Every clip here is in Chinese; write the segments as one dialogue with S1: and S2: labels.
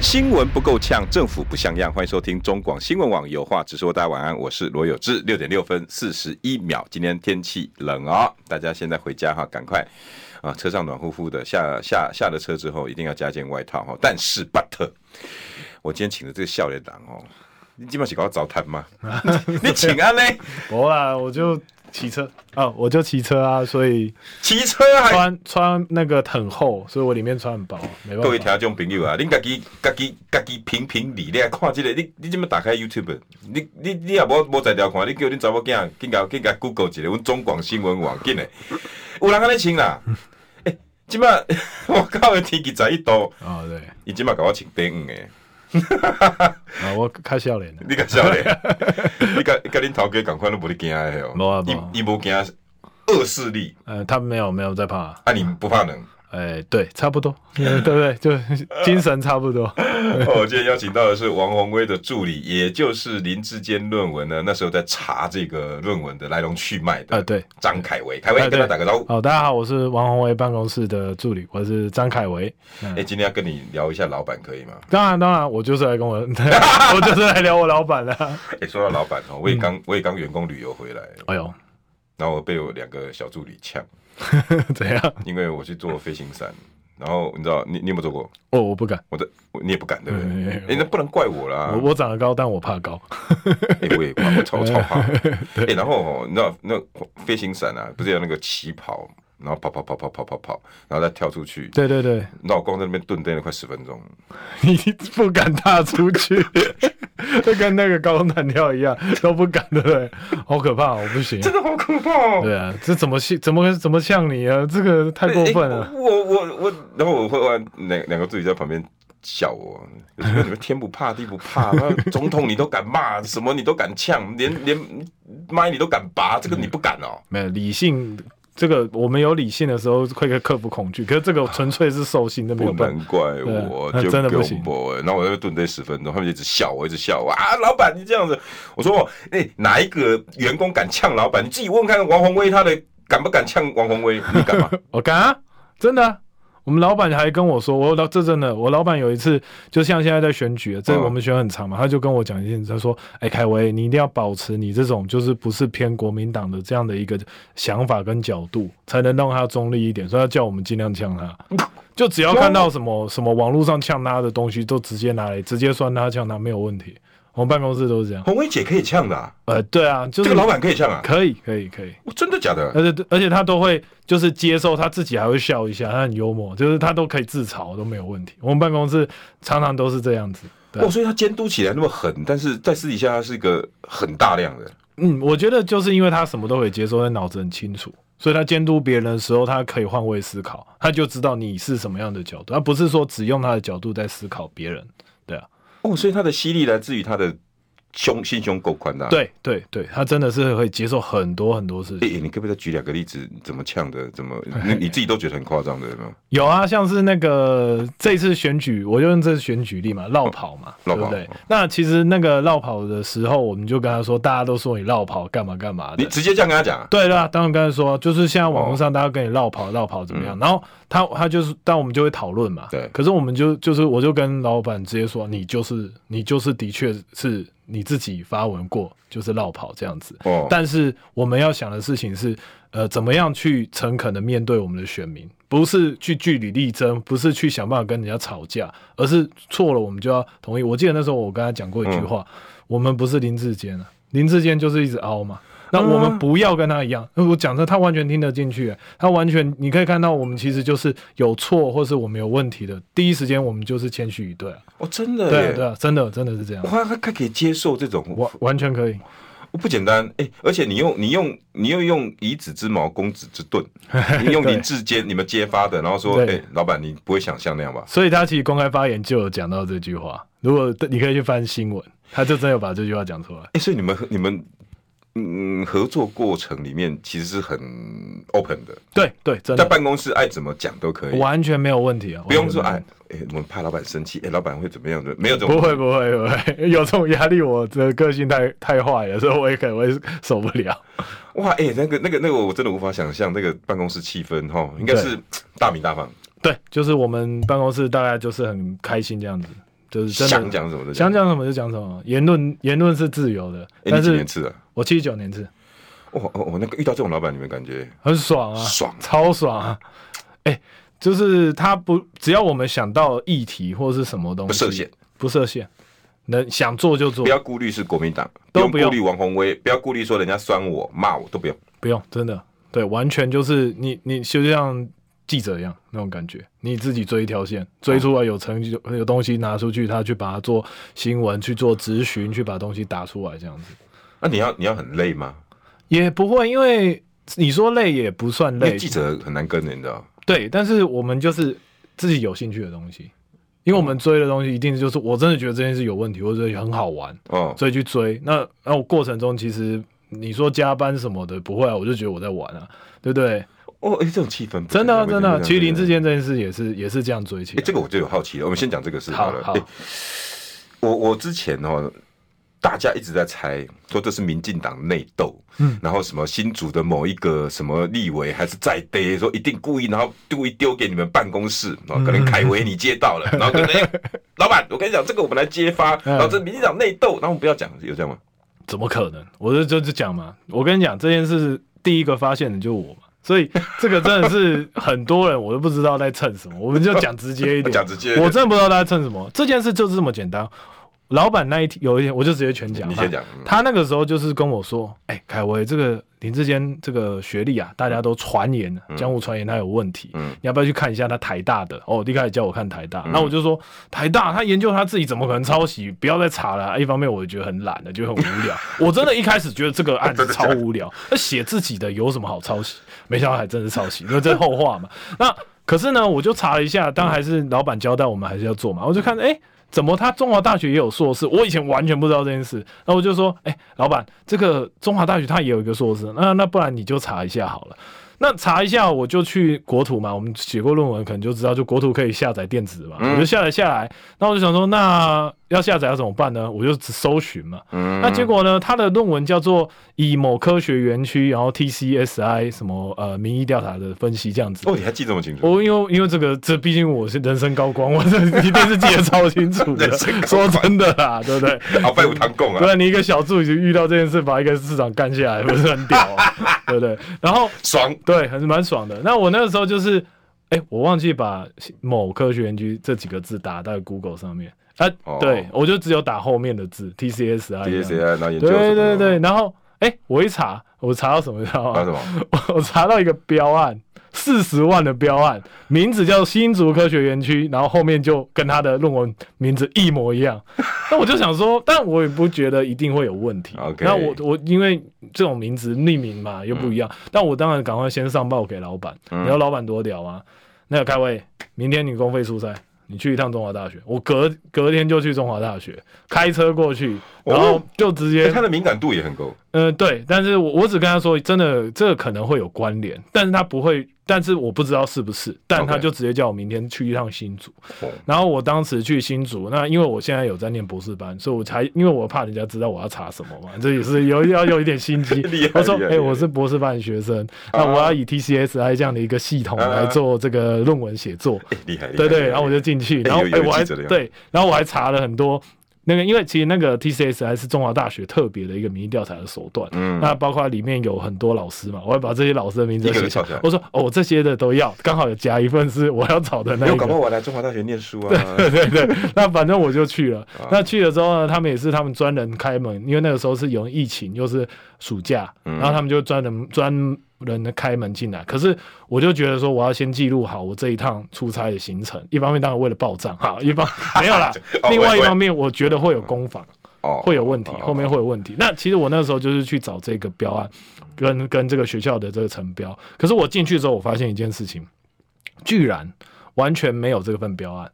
S1: 新闻不够呛，政府不像样。欢迎收听中广新闻网，有话直说。大家晚安，我是罗有志。六点六分四十一秒，今天天气冷哦，大家现在回家哈，赶快啊，车上暖乎乎的。下下下了车之后，一定要加件外套哈。但是 but，我今天请的这个笑脸党哦，你基本上是搞早谈吗？ 你请安嘞，
S2: 我啦，我就骑车啊，我就骑车啊，所以
S1: 骑车啊还。
S2: 穿穿那个很厚，所以我里面穿很薄，没
S1: 各位
S2: 办法。
S1: 听众朋友啊，恁家己、家己、家己评评理，你来看即、个，你你即么打开 YouTube，你你你也无无在条看，你叫恁查某囝紧甲紧甲 Google 一下，阮中广新闻网紧诶，有人安尼穿啦。诶、欸即摆 我靠，天气十一度，
S2: 啊、对，
S1: 伊即摆甲我穿短黄诶，
S2: 啊，我开笑脸了。
S1: 你甲晓咧？你甲甲恁头家共款都无咧惊诶哦，
S2: 无啊无啊
S1: 伊伊无惊恶势力，
S2: 呃，他没有没有在怕，
S1: 啊你不怕冷？
S2: 哎，对，差不多， 呃对不对？就精神差不多。
S1: 哦，今天邀请到的是王宏威的助理，也就是林志坚论文呢，那时候在查这个论文的来龙去脉的。
S2: 啊对
S1: 张凯维，凯维
S2: 哎
S1: 跟他
S2: 对
S1: 打个招呼。
S2: 好、大家好，我是王宏维办公室的助理，我是张凯维。
S1: 哎，今天要跟你聊一下老板，可以吗？
S2: 当然，当然，我就是来跟我， 我就是来聊我老板的。
S1: 哎，说到老板哦，我也刚我也刚员工旅游回来，
S2: 哎呦，
S1: 然后我被我两个小助理呛，
S2: 怎样？
S1: 因为我去做飞行伞，然后你知道你你有没有做过？
S2: 哦，我不敢，
S1: 我的我你也不敢对不
S2: 嗯
S1: 对？
S2: 嗯嗯
S1: 哎，那不能怪我啦
S2: 我，我长得高，但我怕高。
S1: 哎，我也怕，我超超 怕。哎，然后哦，你知道那飞行伞啊，不是有那个起跑，然后跑跑跑跑跑跑跑，然后再跳出去，
S2: 对对对，
S1: 那我光在那边蹲蹲了快十分钟，
S2: 你不敢踏出去， 就跟那个高空弹跳一样，都不敢，对不对？好可怕，我不行。
S1: 真的好可怕哦！
S2: 对啊，这怎么像怎么怎么像你啊？这个太过分了。
S1: 欸我我我，然后我会玩两两个助理在旁边笑我，有时候你们天不怕地不 怕，那总统你都敢骂，什么你都敢呛，连连麦你都敢拔，这个你不敢哦。
S2: 没有理性，这个我们有理性的时候会克服恐惧，可是这个纯粹是兽性，那没有
S1: 不
S2: 办
S1: 能
S2: 法。
S1: 怪我，
S2: 对啊
S1: 就
S2: 真的不行
S1: 我。然后我在那边蹲堆十分钟，他们就一直笑我，一直笑我啊！老板，你这样子，我说哦哎、哪一个员工敢呛老板？你自己问看王宏威他的敢不敢呛王宏威？你 敢吗？
S2: 我敢啊，真的啊、我们老板还跟我说，我老这真的，我老板有一次，就像现在在选举，这
S1: 嗯
S2: 我们选很长嘛，他就跟我讲一件事，他说：“哎，凯威，你一定要保持你这种就是不是偏国民党的这样的一个想法跟角度，才能让他中立一点。”所以他叫我们尽量呛他， 就只要看到什么什么网络上呛他的东西，都直接拿来直接酸他呛他没有问题。我们办公室都是这样。
S1: 宏威姐可以呛的、啊，
S2: 呃，对啊，就
S1: 这
S2: 是
S1: 个老板可以呛啊？
S2: 可以，可以，可以，
S1: 我真的假的？
S2: 而且而且他都会就是接受，他自己还会笑一下，他很幽默，就是他都可以自嘲都没有问题。我们办公室常常都是这样子。对啊
S1: 哦，所以他监督起来那么狠，但是在私底下他是一个很大量的。
S2: 嗯，我觉得就是因为他什么都可以接受，他脑子很清楚，所以他监督别人的时候，他可以换位思考，他就知道你是什么样的角度，而不是说只用他的角度在思考别人。对啊，
S1: 哦，所以他的犀利来自于他的胸心胸够宽大。
S2: 对对对，他真的是会接受很多很多事情。
S1: 诶，你可不可以再举两个例子？怎么呛的？怎 么你你自己都觉得很夸张的，有没有？
S2: 有啊，像是那个这次选举，我就用这次选举例嘛，绕跑嘛，
S1: 哦绕
S2: 对
S1: 跑
S2: 不对
S1: 嗯？
S2: 那其实那个绕跑的时候，我们就跟他说，大家都说你哎绕跑干嘛干嘛的
S1: 你，哦直接这样跟他讲啊，
S2: 对啦，当然刚才说，啊就是现在网络上大家跟你绕跑绕跑怎么样，然后他他就是，但我们就会讨论嘛。
S1: 嗯对
S2: 可是我们就就是，我就跟老板直接说，你就是你就是的确是你自己发文过，就是绕跑这样子。
S1: 哦
S2: 但是我们要想的事情是，呃，怎么样去诚恳的面对我们的选民，不是去据理力争，不是去想办法跟人家吵架，而是错了我们就要同意。我记得那时候我跟他讲过一句话，我们不是林志坚啊，林志坚就是一直凹嘛。那我们不要跟他一样，我讲这他完全听得进去，啊他完全你可以看到我们其实就是有错或是我们有问题的，第一时间我们就是谦虚以对啊，
S1: 哦，真的
S2: 对啊
S1: 耶，
S2: 对啊，真的真的是这样，
S1: 哇，他他可以接受这种，
S2: 完完全可以，
S1: 不简单。诶，而且你用你用你又用以子之矛攻子之 盾，你用林志坚你们揭发的，然后说，
S2: 对
S1: 诶，老板你不会想象那样吧？
S2: 所以他其实公开发言就有讲到这句话，如果你可以去翻新闻，他就真的有把这句话讲出来。
S1: 诶，所以你们你们嗯合作过程里面其实是很 open 的，
S2: 对对，真
S1: 在
S2: 的
S1: 办公室爱怎么讲都可以，
S2: 完全没有问题啊，
S1: 不用说
S2: 完
S1: 哎
S2: 全没有问题。
S1: 哎、我们怕老板生气，哎、老板会怎么样的？没有这种
S2: 不会不会不会， 有这种压力，我的个性太太坏了，所以我也可能会受不了。
S1: 哇，哎、那个那个那个，我真的无法想象那个办公室气氛哈，应该是大鸣大放，
S2: 对，就是我们办公室大概就是很开心这样子，就是真的
S1: 想讲什么就
S2: 想。讲什么就讲什么，言论言论是自由的，
S1: 哎、
S2: 但
S1: 你几
S2: 是
S1: 年次啊？
S2: 我七九年制
S1: 哦哦哦，那个遇到这种老板，你们感觉
S2: 很爽啊，
S1: 爽
S2: 超爽啊！哎、就是他不只要我们想到议题或是什么东
S1: 不
S2: 西，
S1: 设限，
S2: 不设限，能想做就做
S1: 不，要顾虑是国民党，
S2: 都
S1: 不
S2: 不
S1: 用
S2: 用
S1: 顾虑王宏威，不要顾虑说人家酸我骂我都不用。
S2: 不用真的对，完全就是你你就像记者一样那种感觉，你自己追一条
S1: 嗯
S2: 线，追出来有成就有东西拿出去，他去把它做新闻，去做咨询，去把东西打出来这样子。
S1: 那、你要你要很累吗？
S2: 也不会，因为你说累也不算
S1: 因为
S2: 累
S1: 记，者很难跟的，你知道。
S2: 对。但是我们就是自己有兴趣的东西，因为我们追的东西一定就是我真的觉得这件事有问题，或者很好玩，
S1: 哦，
S2: 所以去追。那那我过程中其实你说加班什么的不会啊，我就觉得我在玩啊，对不对？
S1: 哦，哎、这种气氛不
S2: 真的啊、真的啊、其实林志。
S1: 不
S2: 坚这件事也是也是这样追起
S1: 哎、
S2: 来。
S1: 这个我就有好奇了。我们先讲这个事好
S2: 好
S1: 了。
S2: 好
S1: 哎我我之前哦，大家一直在猜说这是民进党内斗，嗯，然后什么新竹的某一个什么立委还是在逮，说一定故意，然后故意丢给你们办公室，哦，可能
S2: 嗯
S1: 凯维你接到了，然 后可能、哎老板，我跟你讲这个我们来揭发，
S2: 嗯
S1: 然后这民进党内斗，然后我们不要讲，有这样吗？
S2: 怎么可能？我就就是讲嘛，我跟你讲这件事，第一个发现的就是我嘛，所以这个真的是很多人我都不知道在蹭什么，我们就讲直接一 点，
S1: 讲直接一点
S2: 我真的不知道他在蹭什么，这件事就是这么简单。老板那一天有一天，我就直接全讲，
S1: 你先讲嗯
S2: 他那个时候就是跟我说：“哎、凯威，这个林志坚这个学历啊，大家都传言，江湖传言他有问题，
S1: 嗯
S2: 你要不要去看一下他台大的？”哦，一开始叫我看台大，那、我就说台大他研究他自己怎么可能抄袭？不要再查了啊、一方面我也觉得很懒的，就很无聊。我真的一开始觉得这个案子超无聊，那写自己的有什么好抄袭？没想到还真是抄袭，因为这后话嘛。那可是呢，我就查了一下，当然还是老板交代我们还是要做嘛。我就看，哎、怎么他中华大学也有硕士？我以前完全不知道这件事。那我就说，哎、老板，这个中华大学他也有一个硕士，那那不然你就查一下好了。那查一下，我就去国土嘛，我们写过论文，可能就知道，就国土可以下载电子嘛，我就下载下来。那我就想说，那要下载要怎么办呢？我就只搜寻嘛。
S1: 嗯
S2: 那结果呢？他的论文叫做《以某科学园区，然后 TCSI 什么呃民意调查的分析》这样子。
S1: 哦，你还记这么清楚？
S2: 我因为因为这个，这毕竟我是人生高光，我这一定是记得超清楚的
S1: 人生高。
S2: 说真的啦，对不对？
S1: 鳌拜五堂供
S2: 不
S1: 啊，
S2: 然你一个小助理就遇到这件事，把一个市长干下来，不是很屌、啊，对不对？然后
S1: 爽。
S2: 对，还是蛮爽的。那我那个时候就是，哎、我忘记把某科学园区这几个字打在 Google 上面啊，
S1: 哦
S2: 对我就只有打后面的字 TCSI 这
S1: D
S2: 样
S1: S I，然后研究
S2: 对
S1: 什么
S2: 哎对对，，然后哎、我一查，我查到什么，你知道
S1: 还有
S2: 吗
S1: 啊什？么？
S2: 我我查到一个标案，四十万的标案，名字叫新竹科学园区，然后后面就跟他的论文名字一模 一样。那我就想说，但我也不觉得一定会有问题。
S1: OK
S2: 那我我因为这种名字匿名嘛又不
S1: 嗯
S2: 一样，但我当然赶快先上报给老板。你知道老板多屌吗？那个开会，明天你公费出差。你去一趟中华大学，我隔隔天就去中华大学，开车过去，然后
S1: 哦
S2: 就直
S1: 哎
S2: 接
S1: 他的敏感度也很够。
S2: 呃，对，但是我我只跟他说，真的，这个可能会有关联，但是他不会，但是我不知道是不是，但
S1: OK
S2: 他就直接叫我明天去一趟新竹。
S1: 哦
S2: 然后我当时去新竹，那因为我现在有在念博士班，所以我才因为我怕人家知道我要查什么嘛，这也是有要有一点心机
S1: 厉害。
S2: 我说，
S1: 厉害
S2: 哎、
S1: 厉害
S2: 我是博士班的学生，那我要以 TCSI 这样的一个系统
S1: 啊
S2: 来做这个论文写作。
S1: 哎厉害，厉害
S2: 对
S1: 厉
S2: 对，
S1: 害
S2: 然后我就进去，
S1: 哎
S2: 然后
S1: 有
S2: 哎
S1: 有
S2: 我还
S1: 记者的样
S2: 对，然后我还查了很多那个，因为其实那个 TCS 还是中华大学特别的一个民意调查的手段，
S1: 嗯
S2: 那包括里面有很多老师嘛，我还把这些老师的名
S1: 一
S2: 字
S1: 个
S2: 写
S1: 个
S2: 下
S1: 抄下来
S2: 来，我说哦这些的都要，刚好有加一份是我要找的那
S1: 没有
S2: 一
S1: 搞不
S2: 个
S1: 好。我来中华大学念书啊。
S2: 对对对，那反正我就去了。那去了之后呢，他们也是他们专人开门，因为那个时候是有疫情，又是暑假，
S1: 嗯
S2: 然后他们就专人专人的开门进来。可是我就觉得说，我要先记录好我这一趟出差的行程。一方面当然为了报账哈，一方没有啦
S1: 哦，
S2: 另外
S1: 喂嗯
S2: 一
S1: 喂
S2: 方面我觉得会有攻防。
S1: 哦
S2: 会有问题
S1: 哦，
S2: 后面会有问题。那其实我那时候就是去找这个标案，跟跟这个学校的这个成标。可是我进去之后，我发现一件事情，居然完全没有这份标案，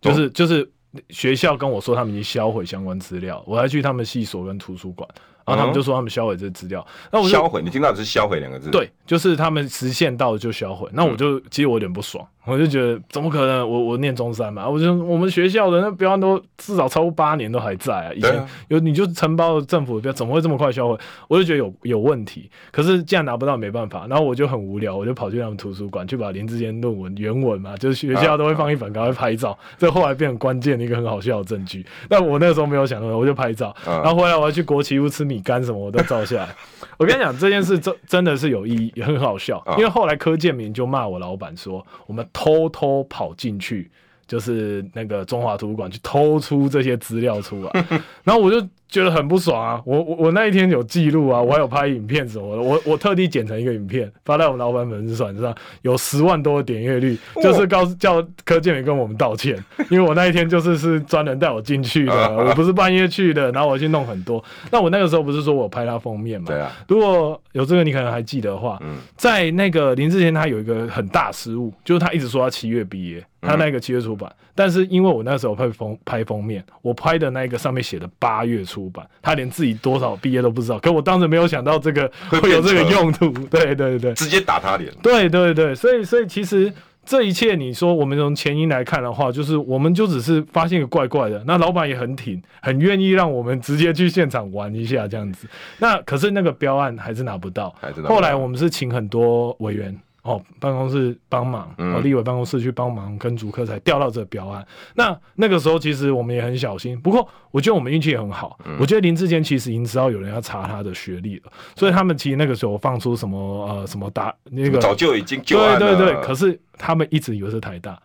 S2: 就是、
S1: 哦
S2: 就是学校跟我说他们已经销毁相关资料，我还去他们系所跟图书馆。然后他
S1: 嗯
S2: 们就说他们销毁这资料，那我就
S1: 销毁，你听到的是嗯销毁两个字，，
S2: 对，就是他们实现到就销毁。那我就、其实我有点不爽，我就觉得怎么可能？我我念中山嘛，我就我们学校的那标案都至少超过八年都还在啊，以
S1: 对
S2: 前
S1: 啊
S2: 有你就承包了政府的标，怎么会这么快销毁？我就觉得有有问题。可是既然拿不到没办法，然后我就很无聊，我就跑去他们图书馆去把林志坚论文原文嘛，就是学校都会放一本，赶快拍照。这后来变成关键的一个很好笑的证据。但我那时候没有想到，我就拍照，
S1: 嗯
S2: 然后回来我还去国旗屋吃米干什么，我都照下来。 我跟你讲，这件事真真的是有意义，也很好笑
S1: 啊。
S2: 因为后来柯建明就骂我老板说，我们偷偷跑进去，就是那个中华图书馆去偷出这些资料出来， 然后我就觉得很不爽啊。我我我那一天有记录啊，我还有拍影片什么的，我我特地剪成一个影片发到我们老板粉丝团上，有十万多的点阅率，
S1: 哇
S2: 就是告诉叫柯建明跟我们道歉，因为我那一天就是是专人带我进去的，
S1: 啊
S2: 我不是半夜去的，然后我去弄很多。那我那个时候不是说我拍他封面嘛？
S1: 对啊，
S2: 如果有这个你可能还记得的话，
S1: 嗯
S2: 在那个林志前他有一个很大失误，就是他一直说他七月毕业，
S1: 嗯
S2: 他那个七月出版，但是因为我那时候拍封拍封面，我拍的那个上面写的八月出版，他连自己多少毕业都不知道，可我当时没有想到这个
S1: 会
S2: 会有这个
S1: 变成
S2: 用途， 对对对
S1: 直接打他脸，
S2: 对对对，所以所以其实。这一切，你说我们从前因来看的话，就是我们就只是发现一个怪怪的，那老板也很挺，很愿意让我们直接去现场玩一下这样子。那可是那个标案还是拿不到，
S1: 还知道吗。
S2: 后来我们是请很多委员哦，办公室帮忙，
S1: 嗯
S2: 哦，立委办公室去帮忙跟主科才调到这个标案。那那个时候其实我们也很小心，不过我觉得我们运气也很好。我觉得林志坚其实已经知道有人要查他的学历了，所以他们其实那个时候放出什么呃什么答那个
S1: 早就已经就案
S2: 对
S1: 了，
S2: 对对，可是他们一直以为是台大。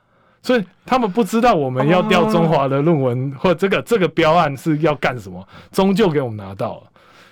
S2: 所以他们不知道我们
S1: 哦
S2: 要调中华的论文、或这个这个标案是要干什么，终究给我们拿到了。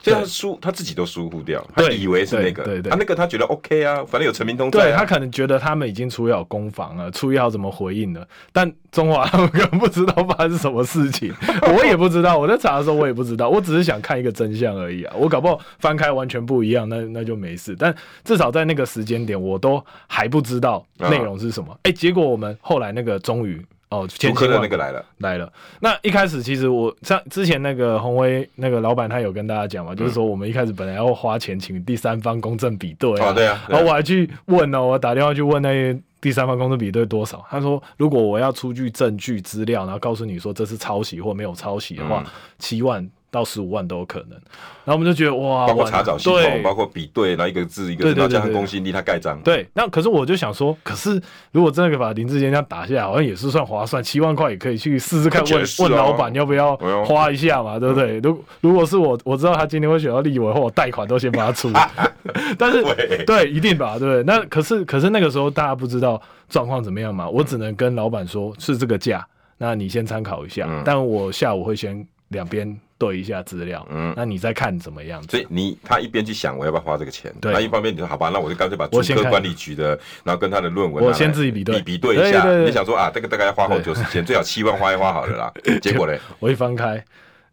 S1: 所以他疏他自己都疏忽掉，他
S2: 对
S1: 以为是那个，
S2: 对对对
S1: 啊，那个他觉得 OK 啊，反正有陈明通
S2: 对
S1: 在、
S2: 他
S1: 啊，
S2: 可能觉得他们已经处理好攻防了，处理好怎么回应了，但中华他们根本不知道发生什么 事情，我也不知道，我在查的时候我也不知道，我只是想看一个真相而已啊，我搞不好翻开完全不一样，那那就没事，但至少在那个时间点我都还不知道
S1: 啊
S2: 内容是什么，哎、结果我们后来那个终于哦，
S1: 主
S2: 前
S1: 科
S2: 期
S1: 的那个来了，
S2: 来了。那一开始其实我像之前那个宏威那个老板他有跟大家
S1: 嗯
S2: 讲嘛，就是说我们一开始本来要花钱请第三方公证比对啊，
S1: 哦对啊对啊
S2: 然后我还去问哦，我打电话去问那些。第三方公证比对多少？他说，如果我要出具证据资料，然后告诉你说这是抄袭或没有抄袭的话，七、万到十五万都有可能。然后我们就觉得哇，
S1: 包括
S2: 完了
S1: 查找系统，
S2: 对
S1: 包括比对，然后一个字一个
S2: 对
S1: 字，
S2: 对
S1: 然后加
S2: 对
S1: 上
S2: 对
S1: 公信力，他盖章，
S2: 对，那可是我就想说，可是如果真的把林志坚这样打下来，好像也是算划算，七万块也可以去试试看
S1: 我
S2: 问
S1: 觉、得是
S2: 问
S1: 啊
S2: 老板要不要
S1: 哎呦
S2: 花一下嘛，对不对？如如果是我，我知道他今天会选到立委，或我贷款都先把他 出，但是
S1: 对
S2: 对，一定吧，对不对？那可是可是那个时候大家不知道状况怎么样嘛，我只能跟老板说是这个价，那你先参考一下，
S1: 嗯
S2: 但我下午会先两边对一下资料，
S1: 嗯
S2: 那你再看怎么样子。
S1: 所以你他一边去想我要不要花这个钱，
S2: 对
S1: 那一方面你说好吧，那我就干脆把主
S2: 我先
S1: 科
S2: 看
S1: 管理局的，然后跟他的论文拿来，啊
S2: 我先自己比对
S1: 比比对一下。
S2: 对对对
S1: 你想说啊，这个大概要花好
S2: 对
S1: 久时间，最好七万花一花好了啦。 结果嘞，
S2: 我一翻开，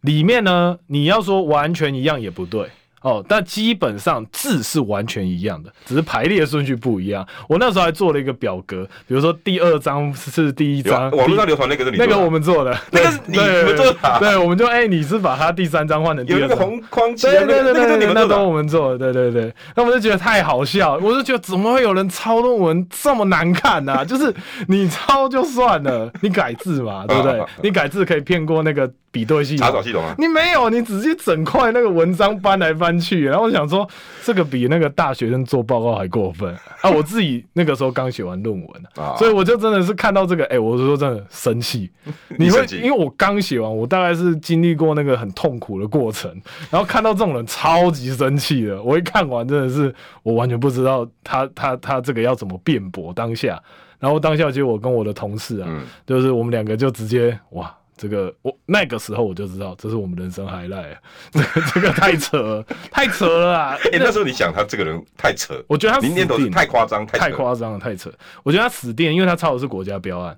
S2: 里面呢，你要说完全一样也不对哦，但基本上字是完全一样的，只是排列顺序不一样。我那时候还做了一个表格，比如说第二章是第一
S1: 有啊
S2: 章，
S1: 网络上
S2: 第
S1: 流传那个是你
S2: 那
S1: 做的啊
S2: 个我们做的，
S1: 那个是你
S2: 对
S1: 你们做的啊
S2: 对，我们就哎、你是把它第三章换成第
S1: 有那
S2: 二
S1: 个
S2: 章。
S1: 红框旗啊，
S2: 对
S1: 那
S2: 对
S1: 个那
S2: 对
S1: 个是
S2: 对
S1: 你
S2: 对，
S1: 们
S2: 那
S1: 做
S2: 都
S1: 的。啊
S2: 我们做的，对对对。那我就觉得太好笑，我就觉得怎么会有人抄论文这么难看呢、 就是你抄就算了，你改字嘛，对不对？你改字可以骗过那个比对系
S1: 啊查
S2: 统
S1: 找，系统啊，
S2: 你没有，你直接整块那个文章翻来翻去，然后我想说，这个比那个大学生做报告还过分 啊！我自己那个时候刚写完论文、
S1: 啊
S2: 所以我就真的是看到这个，哎、我是说真的生气，
S1: 你
S2: 你会
S1: 生气
S2: 因为我刚写完，我大概是经历过那个很痛苦的过程，然后看到这种人超级生气的，我一看完真的是我完全不知道他 他他这个要怎么辩驳当下，然后当下其实我跟我的同事啊，
S1: 嗯
S2: 就是我们两个就直接哇，这个我那个时候我就知道这是我们人生 highlight，这个这个太扯了， 太扯了啊！
S1: 哎，那时候你想他这个人太扯，
S2: 我觉得他
S1: 你
S2: 死
S1: 念头是
S2: 定
S1: 太夸张，太
S2: 太
S1: 扯
S2: 夸张了，太扯。我觉得他死定了，因为他抄的是国家标案。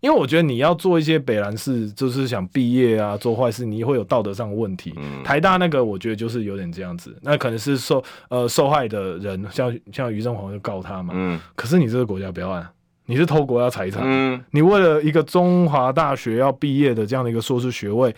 S2: 因为我觉得你要做一些北兰事，就是想毕业啊，做坏事，你会有道德上的问题。
S1: 嗯
S2: 台大那个，我觉得就是有点这样子。那可能是受呃受害的人，像像于正煌就告他嘛。
S1: 嗯
S2: 可是你这个国家标案，啊你是偷国家财产，
S1: 嗯，
S2: 你为了一个中华大学要毕业的这样的一个硕士学位，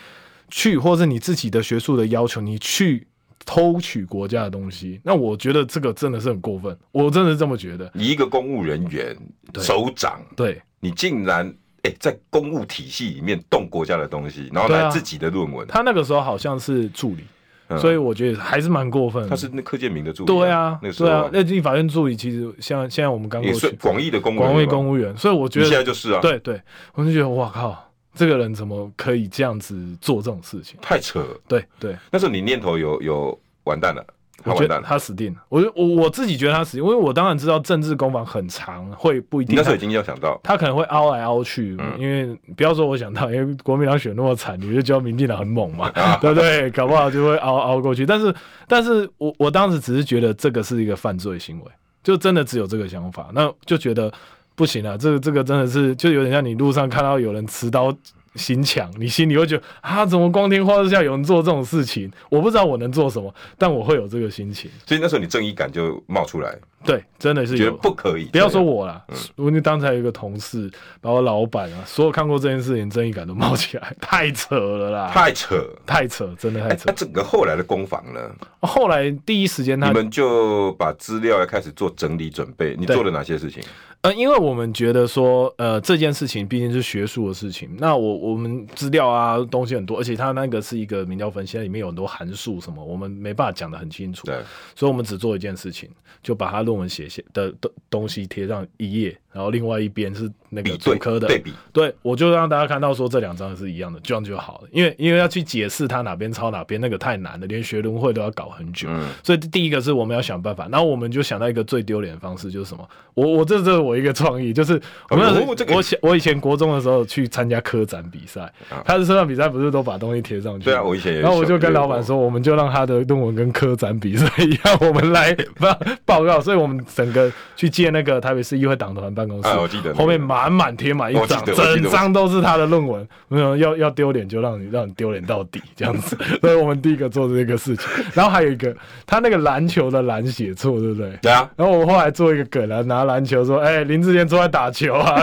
S2: 去，或是你自己的学术的要求，你去偷取国家的东西。那我觉得这个真的是很过分，我真的是这么觉得。
S1: 你一个公务人员
S2: 对
S1: 首长，
S2: 对
S1: 你竟然哎、在公务体系里面动国家的东西，然后
S2: 对
S1: 来
S2: 啊
S1: 自己的论文，
S2: 他那个时候好像是助理，
S1: 嗯
S2: 所以我觉得还是蛮过分的。
S1: 他是那柯建明的助理，
S2: 嗯对啊，
S1: 那个时
S2: 对啊
S1: 候，
S2: 那立法院助理其实像现在我们刚
S1: 也
S2: 过
S1: 是
S2: 去
S1: 广义的公务员嘛，
S2: 广位公务员，所以我觉
S1: 你现在
S2: 得
S1: 就是啊，，
S2: 对对，我就觉得哇靠，这个人怎么可以这样子做这种事情？
S1: 太扯了。
S2: 对对，
S1: 那时候你念头有有完蛋了，他完
S2: 我觉
S1: 蛋
S2: 得
S1: 了。
S2: 他死定了。我我我自己觉得他死定，因为我当然知道政治攻防很长，会不一
S1: 你
S2: 定
S1: 那时候
S2: 他。
S1: 已经要想到，
S2: 他可能会凹来凹去，
S1: 嗯
S2: 因为不要说我想到，因 为国民党选那么惨，你就知道民进党很猛嘛，对不对？搞不好就会凹凹过去。但是，但是我我当时只是觉得这个是一个犯罪行为，就真的只有这个想法，那就觉得不行啊，这个这个真的是就有点像你路上看到有人持刀。行抢，你心里会觉得啊，怎么光天化日下有人做这种事情？我不知道我能做什么，但我会有这个心情。
S1: 所以那时候你正义感就冒出来，
S2: 对，真的是
S1: 觉得
S2: 有
S1: 不可以。
S2: 不要
S1: 这
S2: 说
S1: 样，
S2: 我啦，我那刚才有一个同事，把我老板啊，所有看过这件事情正义感都冒起来， 太扯了啦，
S1: 太扯。
S2: 太扯，真的太
S1: 哎，
S2: 扯
S1: 那。
S2: 哦
S1: 整个后来的攻防呢？
S2: 后来第一时间
S1: 你
S2: 他，
S1: 们就把资料开始做整理准备，你
S2: 对
S1: 做了哪些事情？
S2: 呃，因为我们觉得说，呃，这件事情毕竟是学术的事情，那我我们资料啊东西很多，而且它那个是一个民调分析，里面有很多函数什么，我们没办法讲得很清楚。
S1: 对，
S2: 所以我们只做一件事情，就把他论文写写的的东西贴上一页，然后另外一边是那个
S1: 比
S2: 主
S1: 对
S2: 科的
S1: 对比，
S2: 对，我就让大家看到说这两张是一样的，这样就好了。因为因为要去解释它哪边抄哪边，那个太难了，连学伦会都要搞很久。
S1: 嗯，
S2: 所以第一个是我们要想办法，然后我们就想到一个最丢脸的方式，就是什么？我我这这是我一个创意，就是我们、
S1: 哦这个
S2: 我以前我以前国中的时候去参加科展比赛，他的科展比赛不是都把东西贴上
S1: 啊
S2: 去？
S1: 对啊，我以前也。
S2: 然后我就跟老板，说，我们就让他的论文跟科展比赛一样，我们来 报报告。所以我们整个去借那个台北市议会党团办公室，
S1: 啊我记得那个
S2: 后面满满贴满一
S1: 我记
S2: 张，
S1: 得我记得
S2: 整张都是他的论文。没有要要丢脸就让你让你丢脸到底这样子。 所以我们第一个做这个事情，然后还有一个他那个篮球的篮写错，对不对？
S1: 对啊，
S2: 然后我们后来做一个梗啊，拿篮球说：“哎、林志坚出来打球 啊！”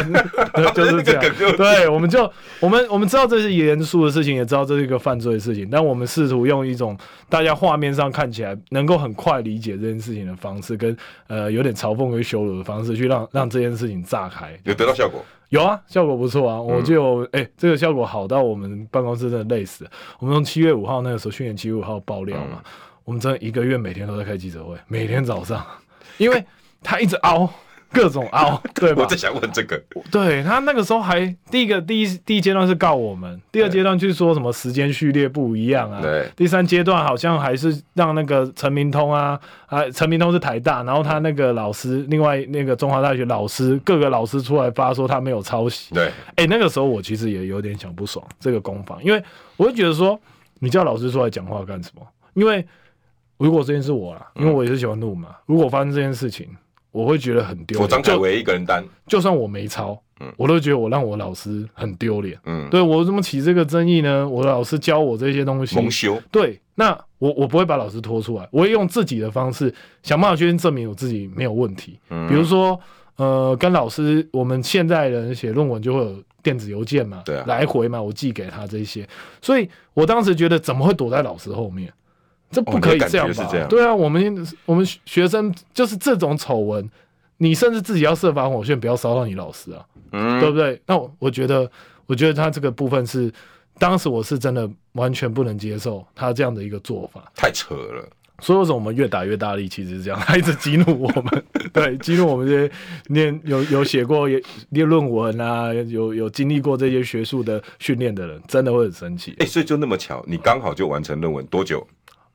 S2: 就是
S1: 那个
S2: 这
S1: 梗就
S2: 样。对，我们就我们我们知道这是严肃的事情，也知道这是一个犯罪的事情，但我们试图用一种大家画面上看起来能够很快理解这件事情的方式，跟呃有点嘲讽跟羞辱的方式，去让让这件事情炸开。
S1: 有得到效果，
S2: 有啊，效果不错啊，我就哎、这个效果好到我们办公室真的累死了。我们从七月五号那个时候，去年七月五号爆料嘛，我们真的一个月每天都在开记者会，每天早上，因为他一直凹，各种凹，对吧
S1: 我在？想问这个，
S2: 对他那个时候还第一个第一第一阶段是告我们，第二
S1: 对
S2: 阶段去说什么时间序列不一样啊，
S1: 对
S2: 第三阶段好像还是让那个陈明通啊啊，陈明通是台大，然后他那个老师，另外那个中华大学老师，各个老师出来发说他没有抄袭，
S1: 对，
S2: 哎、那个时候我其实也有点想不爽这个攻防，因为我就觉得说，你叫老师出来讲话干什么？因为如果这件事我啦，
S1: 嗯
S2: 因为我也是喜欢录嘛，如果发生这件事情，我会觉得很丢
S1: 我
S2: 脸。
S1: 张
S2: 就
S1: 凯维一个人担，
S2: 就算我没抄，
S1: 嗯
S2: 我都觉得我让我老师很丢脸。
S1: 嗯，
S2: 对我怎么起这个争议呢？我的老师教我这些东西，
S1: 蒙羞，
S2: 对，那我我不会把老师拖出来，我会用自己的方式想办法去证明我自己没有问题。
S1: 嗯
S2: 比如说，呃，跟老师，我们现在人写论文就会有电子邮件嘛，
S1: 对啊
S2: 来回嘛，我寄给他这些，所以我当时觉得怎么会躲在老师后面？这不可以
S1: 哦
S2: 这样
S1: 你的感觉
S2: 吧？
S1: 是这样
S2: 对啊，我们我们学生就是这种丑闻，你甚至自己要设防火线，不要骚扰你老师啊。对
S1: 嗯，
S2: 不对？那我我觉得，我觉得他这个部分是，当时我是真的完全不能接受他这样的一个做法，
S1: 太扯了，
S2: 所以为什么我们越打越大力，其实是这样，他一直激怒我们，对，激怒我们这些念有有写过也念论文啊，有有经历过这些学术的训练的人，真的会很生气。
S1: 哎，所以就那么巧，你刚好就完成论文多久？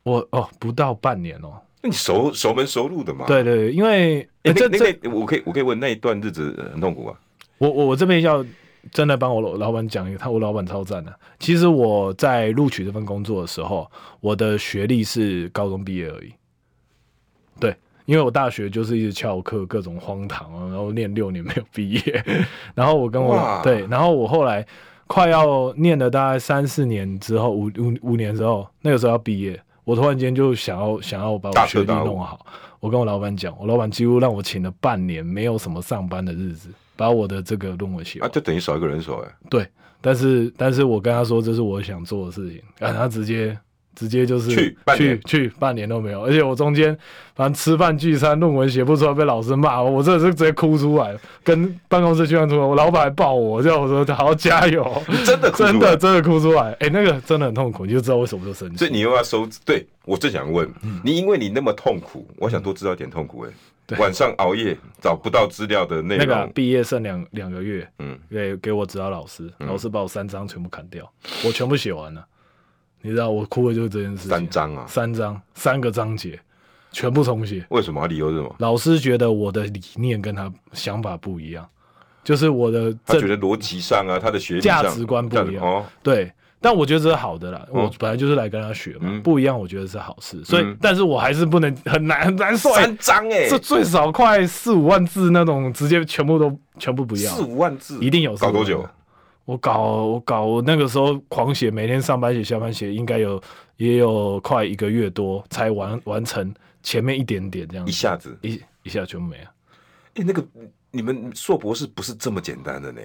S2: 我哦，不到半年哦，
S1: 那你熟熟门熟路的嘛，
S2: 对对对，因为、
S1: 哎，
S2: 呃这
S1: 那
S2: 这
S1: 那那我可以我可以问那一段日子很痛苦啊，
S2: 我我我这边要真的帮我老老板讲一个，他我老板超赞的、其实我在录取这份工作的时候，我的学历是高中毕业而已。对，因为我大学就是一直翘课，各种荒唐，啊然后念六年没有毕业，然后我跟我
S1: 哇
S2: 老对，然后我后来快要念了大概三四年之后，五五五年之后，那个时候要毕业，我突然间就想要想要把
S1: 大
S2: 我
S1: 彻
S2: 学历
S1: 大悟
S2: 弄好。我跟我老板讲，我老板几乎让我请了半年没有什么上班的日子，把我的这个论文写
S1: 啊，
S2: 完。
S1: 就等于少一个人手哎，
S2: 啊对，但是但是我跟他说这是我想做的事情，然后他直接直接就是
S1: 去半年
S2: 去去半年都没有，而且我中间反正吃饭聚餐，论文写不出来被老师骂，我真的是直接哭出来，跟办公室聚餐出来，我老板还抱我，叫我说好好加油，
S1: 真 的哭出来
S2: 真的真的哭出来，哎、那个真的很痛苦，你就知道为什么就生气
S1: 所以。你又要收，对我正想问、你，因为你那么痛苦，我想多知道一点痛苦哎、
S2: 嗯对
S1: 晚上熬夜找不到资料的内
S2: 那
S1: 容，
S2: 个啊毕业剩两两个月，
S1: 嗯，
S2: 给给我指导老师，老师把我三张全部砍掉，我全部写完了。你知道我哭的就是这件事情，
S1: 三张啊，
S2: 三章三个章节全部重写。
S1: 为什么？理由是什么？
S2: 老师觉得我的理念跟他想法不一样，就是我的
S1: 他觉
S2: 这
S1: 得逻辑上啊，他的学历
S2: 价
S1: 上
S2: 值观不一样
S1: 哦，
S2: 对。但我觉得这是好的啦，
S1: 嗯
S2: 我本来就是来跟他学嘛，
S1: 嗯
S2: 不一样我觉得是好事，所以、
S1: 嗯
S2: 但是我还是不能很难很难受、啊
S1: 三张哎、
S2: 这最少快四五万字那种，直接全部都全部不要，
S1: 四五万字，
S2: 一定有
S1: 搞多
S2: 15万
S1: 久
S2: 的？我搞我搞我那个时候狂写，每天上班写下班写，应该有也有快一个月多才完完成前面一点点这样
S1: 一
S2: 子，
S1: 下子，
S2: 一一下全没了。
S1: 哎、那个你们硕博士不是这么简单的呢？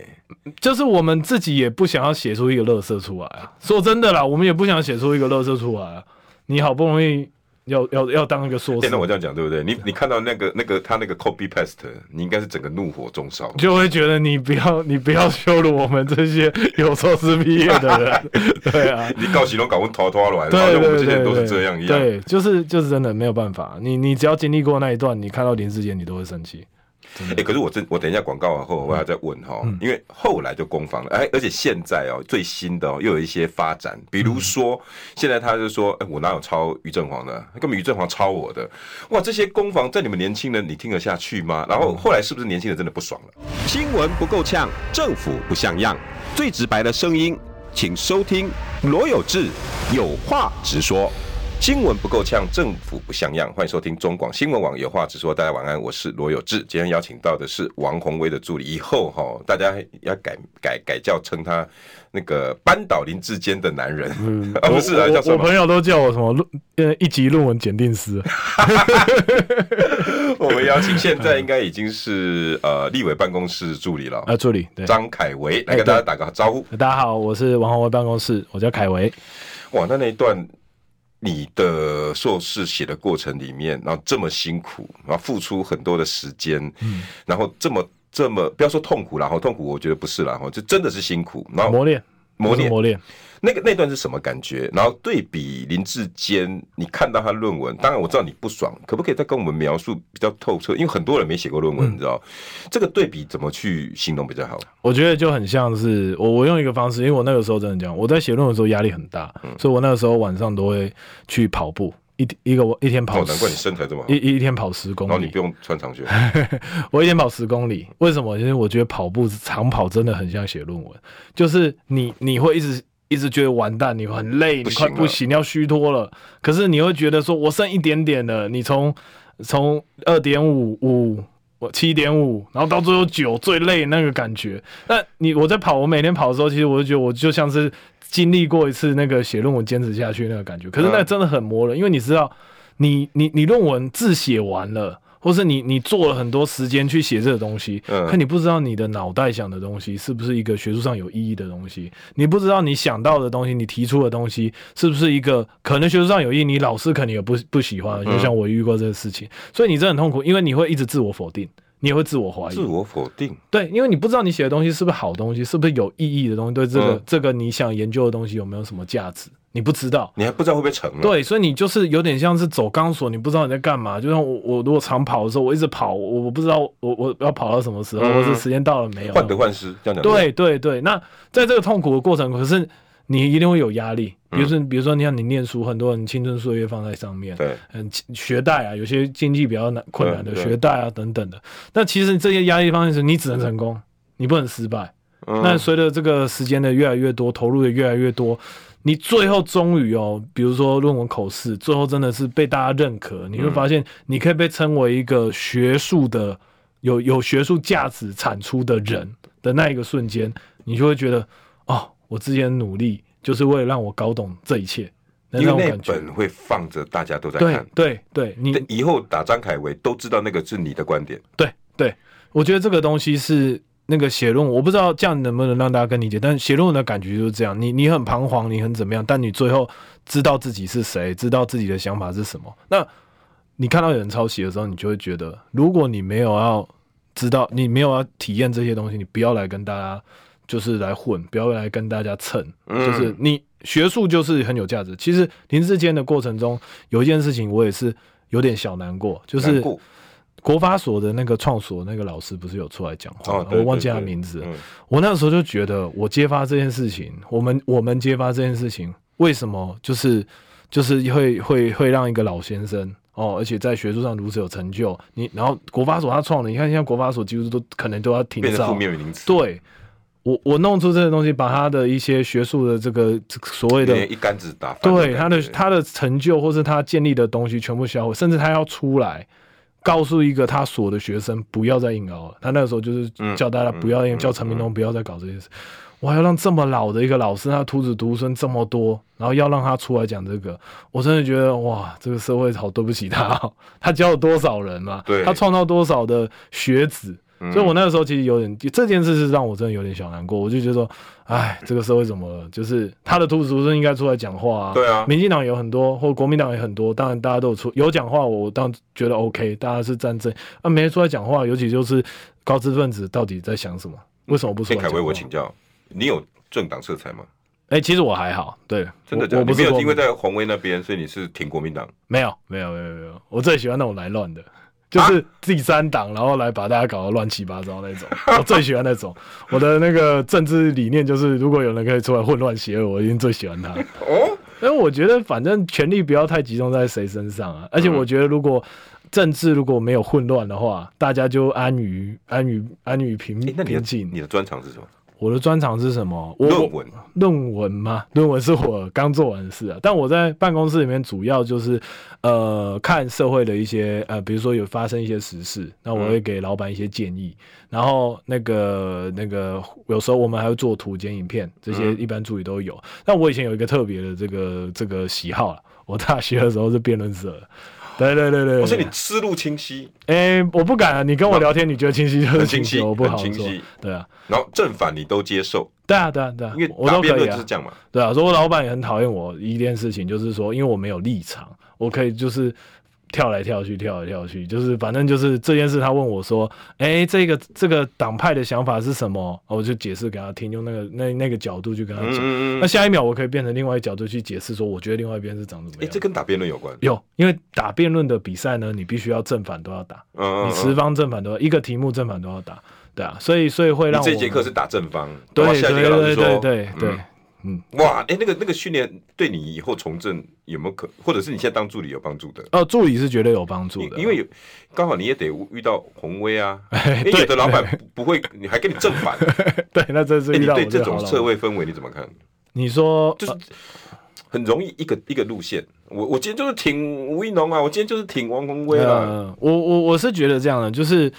S2: 就是我们自己也不想要写出一个乐色出来啊！说真的啦，我们也不想写出一个乐色出来啊！你好不容易要要要当一个硕
S1: 哎、
S2: 士
S1: 那，我这样讲对不对？你你看到那个那个他那个 copy paste，你应该是整个怒火中烧。
S2: 就会觉得你不要你不要羞辱我们这些有硕士毕业的 人，对啊。
S1: 你搞形容搞混拖拖软，好
S2: 对
S1: 像我们
S2: 对
S1: 这些
S2: 对
S1: 人都
S2: 对，
S1: 是这样一样。
S2: 对，就是就是真的没有办法，你你只要经历过那一段，你看到林志杰，你都会生气。
S1: 哎、可是我真我等一下广告完后我要再问哈、
S2: 嗯
S1: 因为后来就攻防了，哎，而且现在哦最新的哦又有一些发展，比
S2: 嗯
S1: 如说、现在他就说，哎、我哪有抄于正煌的？根本于正煌抄我的，哇，这些攻防在你们年轻人你听得下去吗？然
S2: 嗯
S1: 后后来是不是年轻人真的不爽了？
S3: 新闻不够呛，政府不像样，最直白的声音，请收听罗有志有话直说。
S1: 新闻不够呛，政府不像样。欢迎收听中广新闻网，有话直说。大家晚安，我是罗有志。今天邀请到的是王宏威的助理，以后哈，大家要改改改叫称他那个扳倒林志坚的男人， 啊不是啊，
S2: 嗯
S1: 叫
S2: 我我
S1: 什
S2: 我
S1: 么？
S2: 朋友都叫我什么论呃一级论文检 定师，
S1: 我们邀请现在应该已经是呃立委办公室助理了，
S2: 啊，助理对。哎
S1: 张凯维来跟大家打个招呼。
S2: 大家好，我是王宏威办公室，我叫凯维。
S1: 哇，那那一段你的硕士写的过程里面，然后这么辛苦，然后付出很多的时间，然后这么这么不要说痛苦啦，哈，痛苦我觉得不是啦，哈，就真的是辛苦。然后
S2: 磨练，
S1: 磨
S2: 就是
S1: 练
S2: 磨练。
S1: 那个那段是什么感觉？然后对比林志坚，你看到他论文，当然我知道你不爽，可不可以再跟我们描述比较透彻？因为很多人没写过论文，你知道这个对比怎么去形容比较好？
S2: 我觉得就很像是我我用一个方式，因为我那个时候真的讲，我在写论文的时候压力很大，
S1: 嗯
S2: 所以我那个时候晚上都会去跑步，一一个一天跑
S1: 哦，
S2: 十，
S1: 难怪你身材这么好
S2: 一，一一天跑十公
S1: 然后你
S2: 里
S1: 不，用穿长袖。
S2: 我一天跑十公里，为什么？因为我觉得跑步长跑真的很像写论文，就是你你会一直一直觉得完蛋，你很累，
S1: 不
S2: 你
S1: 行了
S2: 快不行，你要虚脱了。可是你会觉得说，我剩一点点了，你从从二点五五。我七点五，然后到最后九最累那个感觉。那你我在跑，我每天跑的时候，其实我就觉得我就像是经历过一次那个写论文坚持下去那个感觉。可是那
S1: 嗯
S2: 真的很磨人，因为你知道，你你你论文字写完了，或是你你做了很多时间去写这个东西，
S1: 嗯
S2: 可你不知道你的脑袋想的东西是不是一个学术上有意义的东西，你不知道你想到的东西，你提出的东西是不是一个可能学术上有意义，你老师肯定也不不喜欢，
S1: 嗯
S2: 就像我遇过这个事情，所以你真的很痛苦，因为你会一直自我否定。你也会自我怀疑
S1: 自，我否定，
S2: 对，因为你不知道你写的东西是不是好东西，是不是有意义的东西，对这个、
S1: 嗯
S2: 这个你想研究的东西有没有什么价值，你不知道。
S1: 你还不知道会不会成啊呢？
S2: 对，哦所以你就是有点像是走钢索，你不知道你在干嘛。就像我，我如果长跑的时候，我一直跑，我我不知道我我要跑到什么时候，
S1: 嗯
S2: 或是时间到了没有。
S1: 患得患失，这样讲不，
S2: 对对对，那在这个痛苦的过程，可是你一定会有压力。比如说，
S1: 嗯
S2: 比如说，你看你念书，很多人青春岁月放在上面，
S1: 对，
S2: 嗯，学贷啊，有些经济比较难困难的
S1: 对对
S2: 学贷啊等等的。那其实这些压力方面是你只能成功，你不能失败。那
S1: 嗯，
S2: 随着这个时间的越来越多，投入的越来越多，你最后终于哦，比如说论文口试，最后真的是被大家认可，你会
S1: 嗯
S2: 发现你可以被称为一个学术的有有学术价值产出的人的那一个瞬间，你就会觉得哦，我之前努力就是为了让我搞懂这一切，那
S1: 因
S2: 种
S1: 为那
S2: 感觉。
S1: 本会放着，大家都在
S2: 对
S1: 看。
S2: 对对，你
S1: 但以后打张凯维都知道那个是你的观点，
S2: 对对，我觉得这个东西是那个写论文，我不知道这样能不能让大家更理解，但写论文的感觉就是这样，你你很彷徨，你很怎么样，但你最后知道自己是谁，知道自己的想法是什么。那你看到有人抄袭的时候，你就会觉得，如果你没有要知道，你没有要体验这些东西，你不要来跟大家就是来混，不要来跟大家蹭，
S1: 嗯
S2: 就是你学术就是很有价值。其实林志坚的过程中，有一件事情我也是有点小难过，就是
S1: 难过
S2: 国法所的那个创所那个老师不是有出来讲
S1: 哦
S2: 话吗，
S1: 对
S2: 我忘记
S1: 对
S2: 他
S1: 对
S2: 名字了。
S1: 嗯
S2: 我那时候就觉得，我揭发这件事情，我们我们揭发这件事情，为什么就是就是会会会让一个老先生哦，而且在学术上如此有成就，你然后国法所他创的，你看现在国法所几乎都可能都要停
S1: 变成
S2: 招
S1: 负，面名词，
S2: 对。我我弄出这个东西，把他的一些学术的这个这个所谓
S1: 有
S2: 的
S1: 点一竿子打翻感
S2: 对
S1: 觉。
S2: 他的他的成就或是他建立的东西全部销毁，甚至他要出来告诉一个他所的学生不要再硬熬了。他那个时候就是
S1: 嗯
S2: 叫大家不要硬，
S1: 嗯
S2: 叫陈明东不要再搞这些事。我还要让这么老的一个老师，他徒子徒孙这么多，然后要让他出来讲这个，我真的觉得哇，这个社会好对不起他、哦，他教了多少人 嘛，
S1: 对
S2: 他创造多少的学子，
S1: 嗯
S2: 所以我那个时候其实有点这件事是让我真的有点小难过，我就觉得说，哎，这个社会怎么了？就是他的徒子徒孙应该出来讲话啊。
S1: 对啊
S2: 民进党有很多，或国民党也很多，当然大家都有出有讲话，我当然觉得 OK，大家是战争啊，没出来讲话，尤其就是高知分子到底在想什么？为什么不出
S1: 哎
S2: 来
S1: 凯
S2: 讲
S1: 威，
S2: 话？
S1: 我请教，你有政党色彩吗？
S2: 哎、其实我还好，对，
S1: 真的假
S2: 我
S1: 的？
S2: 我不
S1: 你没
S2: 是
S1: 有
S2: 国
S1: 因为
S2: 民
S1: 在红威那边，所以你是挺国民党。
S2: 没有没有没有没有，我最喜欢那种来乱的，
S1: 啊
S2: 就是第三党，然后来把大家搞得乱七八糟那种，我最喜欢那种。我的那个政治理念就是，如果有人可以出来混乱邪恶，我一定最喜欢他。
S1: 哦，
S2: 因为我觉得反正权力不要太集中在谁身上啊，而且
S1: 嗯
S2: 我觉得如果政治如果没有混乱的话，大家就安于安于安于平
S1: 哎，那你
S2: 平
S1: 的你
S2: 静。
S1: 的专长是什么？
S2: 我的专长是什么？我
S1: 论文。
S2: 论文吗？论文是我刚做完的事啊，但我在办公室里面主要就是，呃，看社会的一些呃，比如说有发生一些时事，那我会给老板一些建议，然后那个那个有时候我们还会做图剪影片，这
S1: 嗯
S2: 些一般助理都有。那、我以前有一个特别的这个这个喜好啊，我大学的时候是辩论社的。对对对对，
S1: 我说
S2: 对
S1: 哦你思路清晰，
S2: 哎、我不敢啊！你跟我聊天，你觉得清晰就
S1: 很
S2: 是
S1: 清晰
S2: 晰，我不好
S1: 很清
S2: 做
S1: 晰。
S2: 对啊，
S1: 然后正反你都接受，
S2: 对啊，对啊，对啊，
S1: 因为
S2: 我
S1: 打
S2: 都
S1: 辩
S2: 可以
S1: 论就
S2: 啊
S1: 是。这样嘛。
S2: 对啊，所以我老板也很讨厌我一件事情，就是说，因为我没有立场，我可以就是跳来跳去，跳来跳去，就是反正就是这件事，他问我说，哎，这个这个党派的想法是什么？我就解释给他听，用那个那那个角度去跟他
S1: 嗯
S2: 讲。
S1: 嗯嗯
S2: 那。下一秒我可以变成另外一个角度去解释，说我觉得另外一边是长怎么
S1: 哎，
S2: 样。
S1: 这跟打辩论有关。
S2: 有，因为打辩论的比赛呢，你必须要正反都要打，
S1: 嗯，嗯
S2: 你
S1: 嗯
S2: 持方正反都要，一个题目正反都要打，对啊，所以所以会
S1: 你
S2: 让我
S1: 这一节课是打正方，
S2: 对
S1: 然后
S2: 对
S1: 下一节课老师
S2: 对
S1: 说，
S2: 对对对
S1: 嗯，哇，哎、那个那个训练对你以后从政有没有可，或者是你现在当助理有帮助的？
S2: 哦，助理是绝对有帮助
S1: 因
S2: 的，啊
S1: 因为有刚好你也得遇到红威 啊，因为
S2: 对
S1: 有的老板不不会，你还跟你正 反。
S2: 对，那真是
S1: 哎，
S2: 遇
S1: 你
S2: 到我
S1: 对这
S2: 就好
S1: 种
S2: 了。
S1: 社会氛围你怎么看？
S2: 你说
S1: 就是
S2: 呃
S1: 很容易一个一个路线。我我今天就是挺吴一农啊，我今天就是挺王宏威啊。
S2: 呃我我我是觉得这样的，就是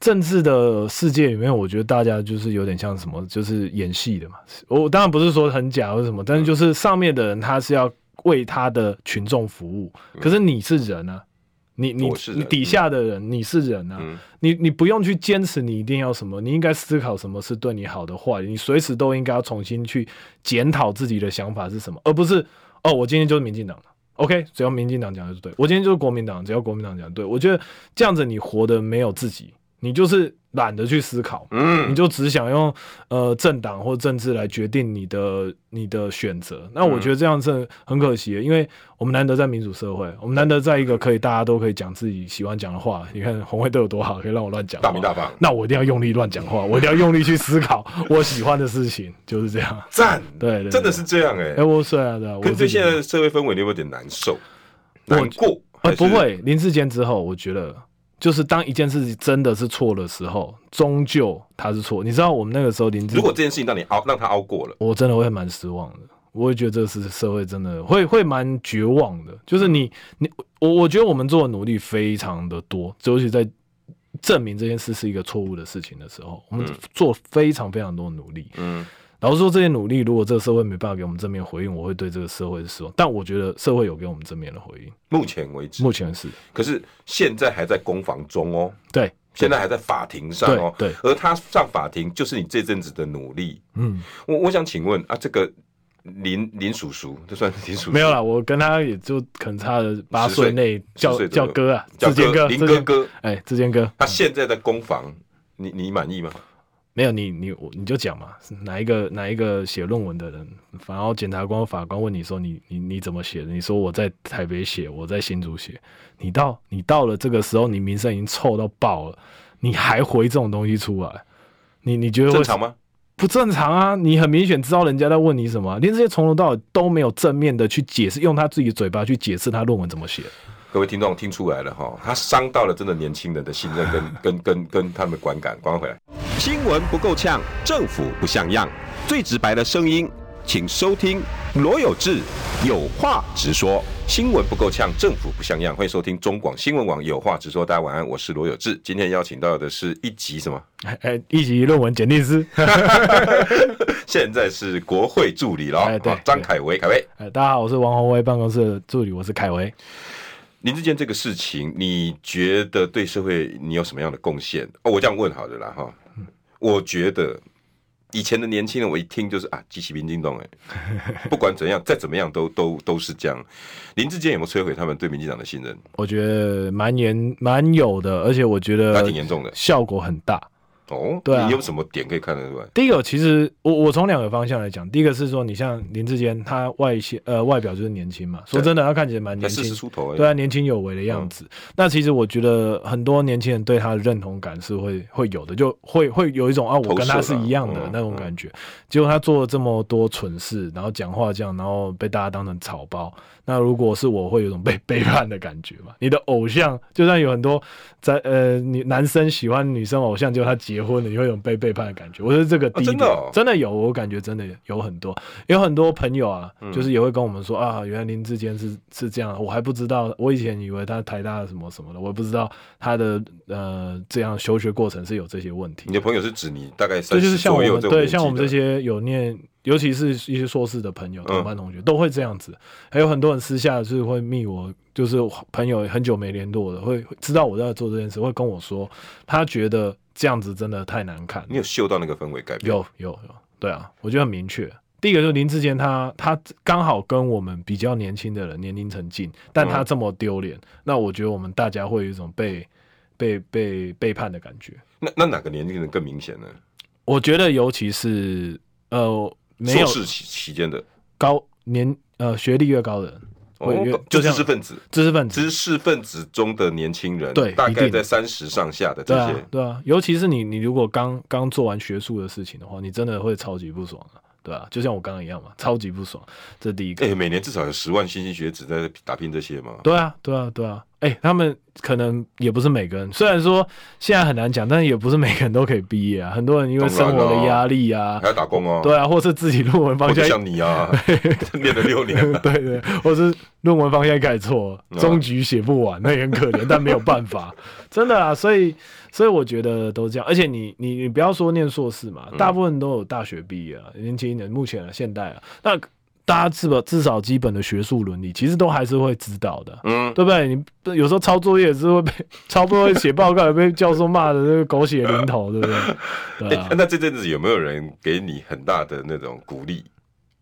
S2: 政治的世界里面，我觉得大家就是有点像什么，就是演戏的嘛。我当然不是说很假或者什么，
S1: 嗯
S2: 但是就是上面的人他是要为他的群众服务，可是你是人啊。你
S1: 嗯
S2: 你
S1: 我是人
S2: 你底下的人，你是人啊，
S1: 嗯
S2: 你你不用去坚持你一定要什么，你应该思考什么是对你好的坏，你随时都应该要重新去检讨自己的想法是什么，而不是哦，我今天就是民进党的，OK，只要民进党讲的就对，我今天就是国民党，只要国民党讲的对，我觉得这样子你活得没有自己，你就是懒得去思考，你
S1: 嗯，
S2: 就只想用呃政党或政治来决定你的你的选择。那我觉得这样是很可惜的，因为我们难得在民主社会，我们难得在一个可以大家都可以讲自己喜欢讲的话。你看红卫队有多好，可以让我乱讲话
S1: 大名大放，
S2: 那我一定要用力乱讲话，我一定要用力去思考我喜欢的事情，就是这样。
S1: 赞，
S2: 对对对
S1: 真的是这样哎、
S2: 哎，我是啊，对啊，我
S1: 可是对
S2: 自己
S1: 现在的社会氛围，你有没有点难受、难过？还
S2: 哎、
S1: 是
S2: 不，会，林志坚之后，我觉得就是当一件事情真的是错的时候，终究他是错。你知道我们那个时候林志
S1: 嗯如果这件事情让你熬，让他熬过了。
S2: 我真的会蛮失望的。我会觉得这是社会真的会会蛮绝望的，就是
S1: 嗯
S2: 你你我我觉得我们做的努力非常的多，尤其在证明这件事是一个错误的事情的时候，我们做非常非常多的努力。
S1: 嗯，
S2: 老实说，这些努力如果这个社会没办法给我们正面回应，我会对这个社会是失望。但我觉得社会有给我们正面的回应，
S1: 目前为止，
S2: 目前是
S1: 可是现在还在攻防中哦。
S2: 对
S1: 现在还在法庭上哦。
S2: 对对
S1: 而他上法庭就是你这阵子的努力。
S2: 嗯，
S1: 我我想请问啊，这个林林叔叔，这算林叔叔
S2: 没有啦，我跟他也就可能差了八
S1: 十岁
S2: 岁内
S1: 十
S2: 叫
S1: 岁左
S2: 叫
S1: 右
S2: 哥啊，
S1: 叫
S2: 志坚
S1: 哥
S2: 哥，
S1: 林
S2: 志
S1: 哥
S2: 坚，
S1: 哥，
S2: 哎，志坚哥，
S1: 他现在在攻防，你你满意吗？
S2: 没有你你我你就讲嘛，哪一个哪一个写论文的人，然后检察官法官问你说你你你怎么写的？你说我在台北写，我在新竹写。你到你到了这个时候，你名声已经臭到爆了，你还回这种东西出来，你你觉得会
S1: 正常吗？
S2: 不正常啊！你很明显知道人家在问你什么啊、连这些从头到尾都没有正面的去解释，用他自己的嘴巴去解释他论文怎么写。
S1: 各位听众听出来了哈，他伤到了真的年轻人的信任 跟跟跟跟他们的观感。关回来，
S3: 新闻不够呛，政府不像样，最直白的声音，请收听罗有志有话直说。
S1: 新闻不够呛，政府不像样。欢迎收听中广新闻网有话直说，大家晚安，我是罗有志。今天邀请到的是一集什么？
S2: 哎哎，一级论文鉴定师，
S1: 现在是国会助理了，
S2: 哎对
S1: 好张凯维，凯维，
S2: 哎，大家好，我是王宏威办公室的助理，我是凯维。
S1: 林志坚这个事情，你觉得对社会你有什么样的贡献？哦，我这样问好了啦哈。我觉得以前的年轻人，我一听就是啊，激起民进党哎， 不管怎样，再怎么样都都都是这样。林志坚有没有摧毁他们对民进党的信任？
S2: 我觉得蛮严蛮有的，而且我觉
S1: 那
S2: 得
S1: 挺严重的
S2: 效果很大。
S1: 哦。
S2: 呃对啊
S1: 你有什么点可以看得出来？
S2: 第一个，其实我我从两个方向来讲，第一个是说，你像林志坚，他外形呃外表就是年轻嘛，说真的，他看起来蛮
S1: 才
S2: 年
S1: 四
S2: 轻
S1: 十，出头而已。
S2: 对啊，年轻有为的样子。
S1: 嗯
S2: 那其实我觉得很多年轻人对他的认同感是会会有的，就会会有一种啊，我跟他
S1: 投
S2: 是
S1: 射啊
S2: 一样的
S1: 嗯
S2: 那种感觉。结果他做了这么多蠢事，然后讲话这样，然后被大家当成草包。那如果是我，会有一种被 背叛的感觉嘛？你的偶像，就算有很多在呃，你男生喜欢女生偶像，结果他结婚了，你会有被背叛的感觉。我觉得这个第一
S1: 真
S2: 点、
S1: 的哦
S2: 真的有，我感觉真的有很多，有很多朋友啊，
S1: 嗯
S2: 就是也会跟我们说、啊，原来林志坚是是这样，我还不知道，我以前以为他台大什么什么的，我也不知道他的呃这样休学过程是有这些问题
S1: 你。的朋友是指你大概
S2: 这
S1: 三
S2: 就是
S1: 十
S2: 像我
S1: 左右
S2: 们
S1: 这种
S2: 对
S1: 年纪
S2: 像我们
S1: 的
S2: 这些有念，尤其是一些硕士的朋
S1: 嗯
S2: 友、同班同学、都会这样子。还有很多人私下就是会密我，就是朋友很久没联络的，会会知道我在做这件事，会跟我说，他觉得这样子真的太难看了。
S1: 你有嗅到那个氛围改变？
S2: 有有有，对啊，我觉得很明确。第一个就是林志坚，他他刚好跟我们比较年轻的人年龄层近，但他
S1: 嗯
S2: 这么丢脸，那我觉得我们大家会有一种被被被背叛的感觉。
S1: 那那哪个年轻人更明显呢？
S2: 我觉得尤其是呃没
S1: 硕
S2: 有
S1: 士期期间的，
S2: 高年呃学历越高的人，会越
S1: 哦，就
S2: 像
S1: 知识分子，
S2: 知识分子，
S1: 知识分子中的年轻人，
S2: 对
S1: 大
S2: 一
S1: 概
S2: 定
S1: 在三十上下的这
S2: 对啊
S1: 些，
S2: 对啊，尤其是你你如果刚刚做完学术的事情的话，你真的会超级不爽啊，对啊，就像我刚刚一样嘛，超级不爽，这第一个。
S1: 哎、每年至少有十万新兴学子在打拼这些嘛。
S2: 对啊，对啊，对啊。哎、他们可能也不是每个人，虽然说现在很难讲，但是也不是每个人都可以毕业啊。很多人因为生活的压力啊，
S1: 还要打工哦，
S2: 对啊，或是自己论文
S1: 我
S2: 方
S1: 就
S2: 向，
S1: 像你 啊，练了六年了，
S2: 对对，或是论文方向一开始错，
S1: 嗯
S2: 终局写不完，那也很可怜， 但没有办法，真的啊。所以，所以我觉得都这样。而且你你你不要说念硕士嘛，大部分都有大学毕业啊，年轻人目前啊，现代啊，那大家至少至少基本的学术伦理，其实都还是会知道的。
S1: 嗯，
S2: 对不对？你有时候抄作业也是会被抄不会写报告，也被教授骂的那个狗血淋头，对不对？对啊
S1: 哎，那这阵子有没有人给你很大的那种鼓励，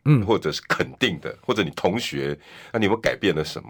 S2: 嗯
S1: 或者是肯定的，或者你同学，那、你有没有改变了什么？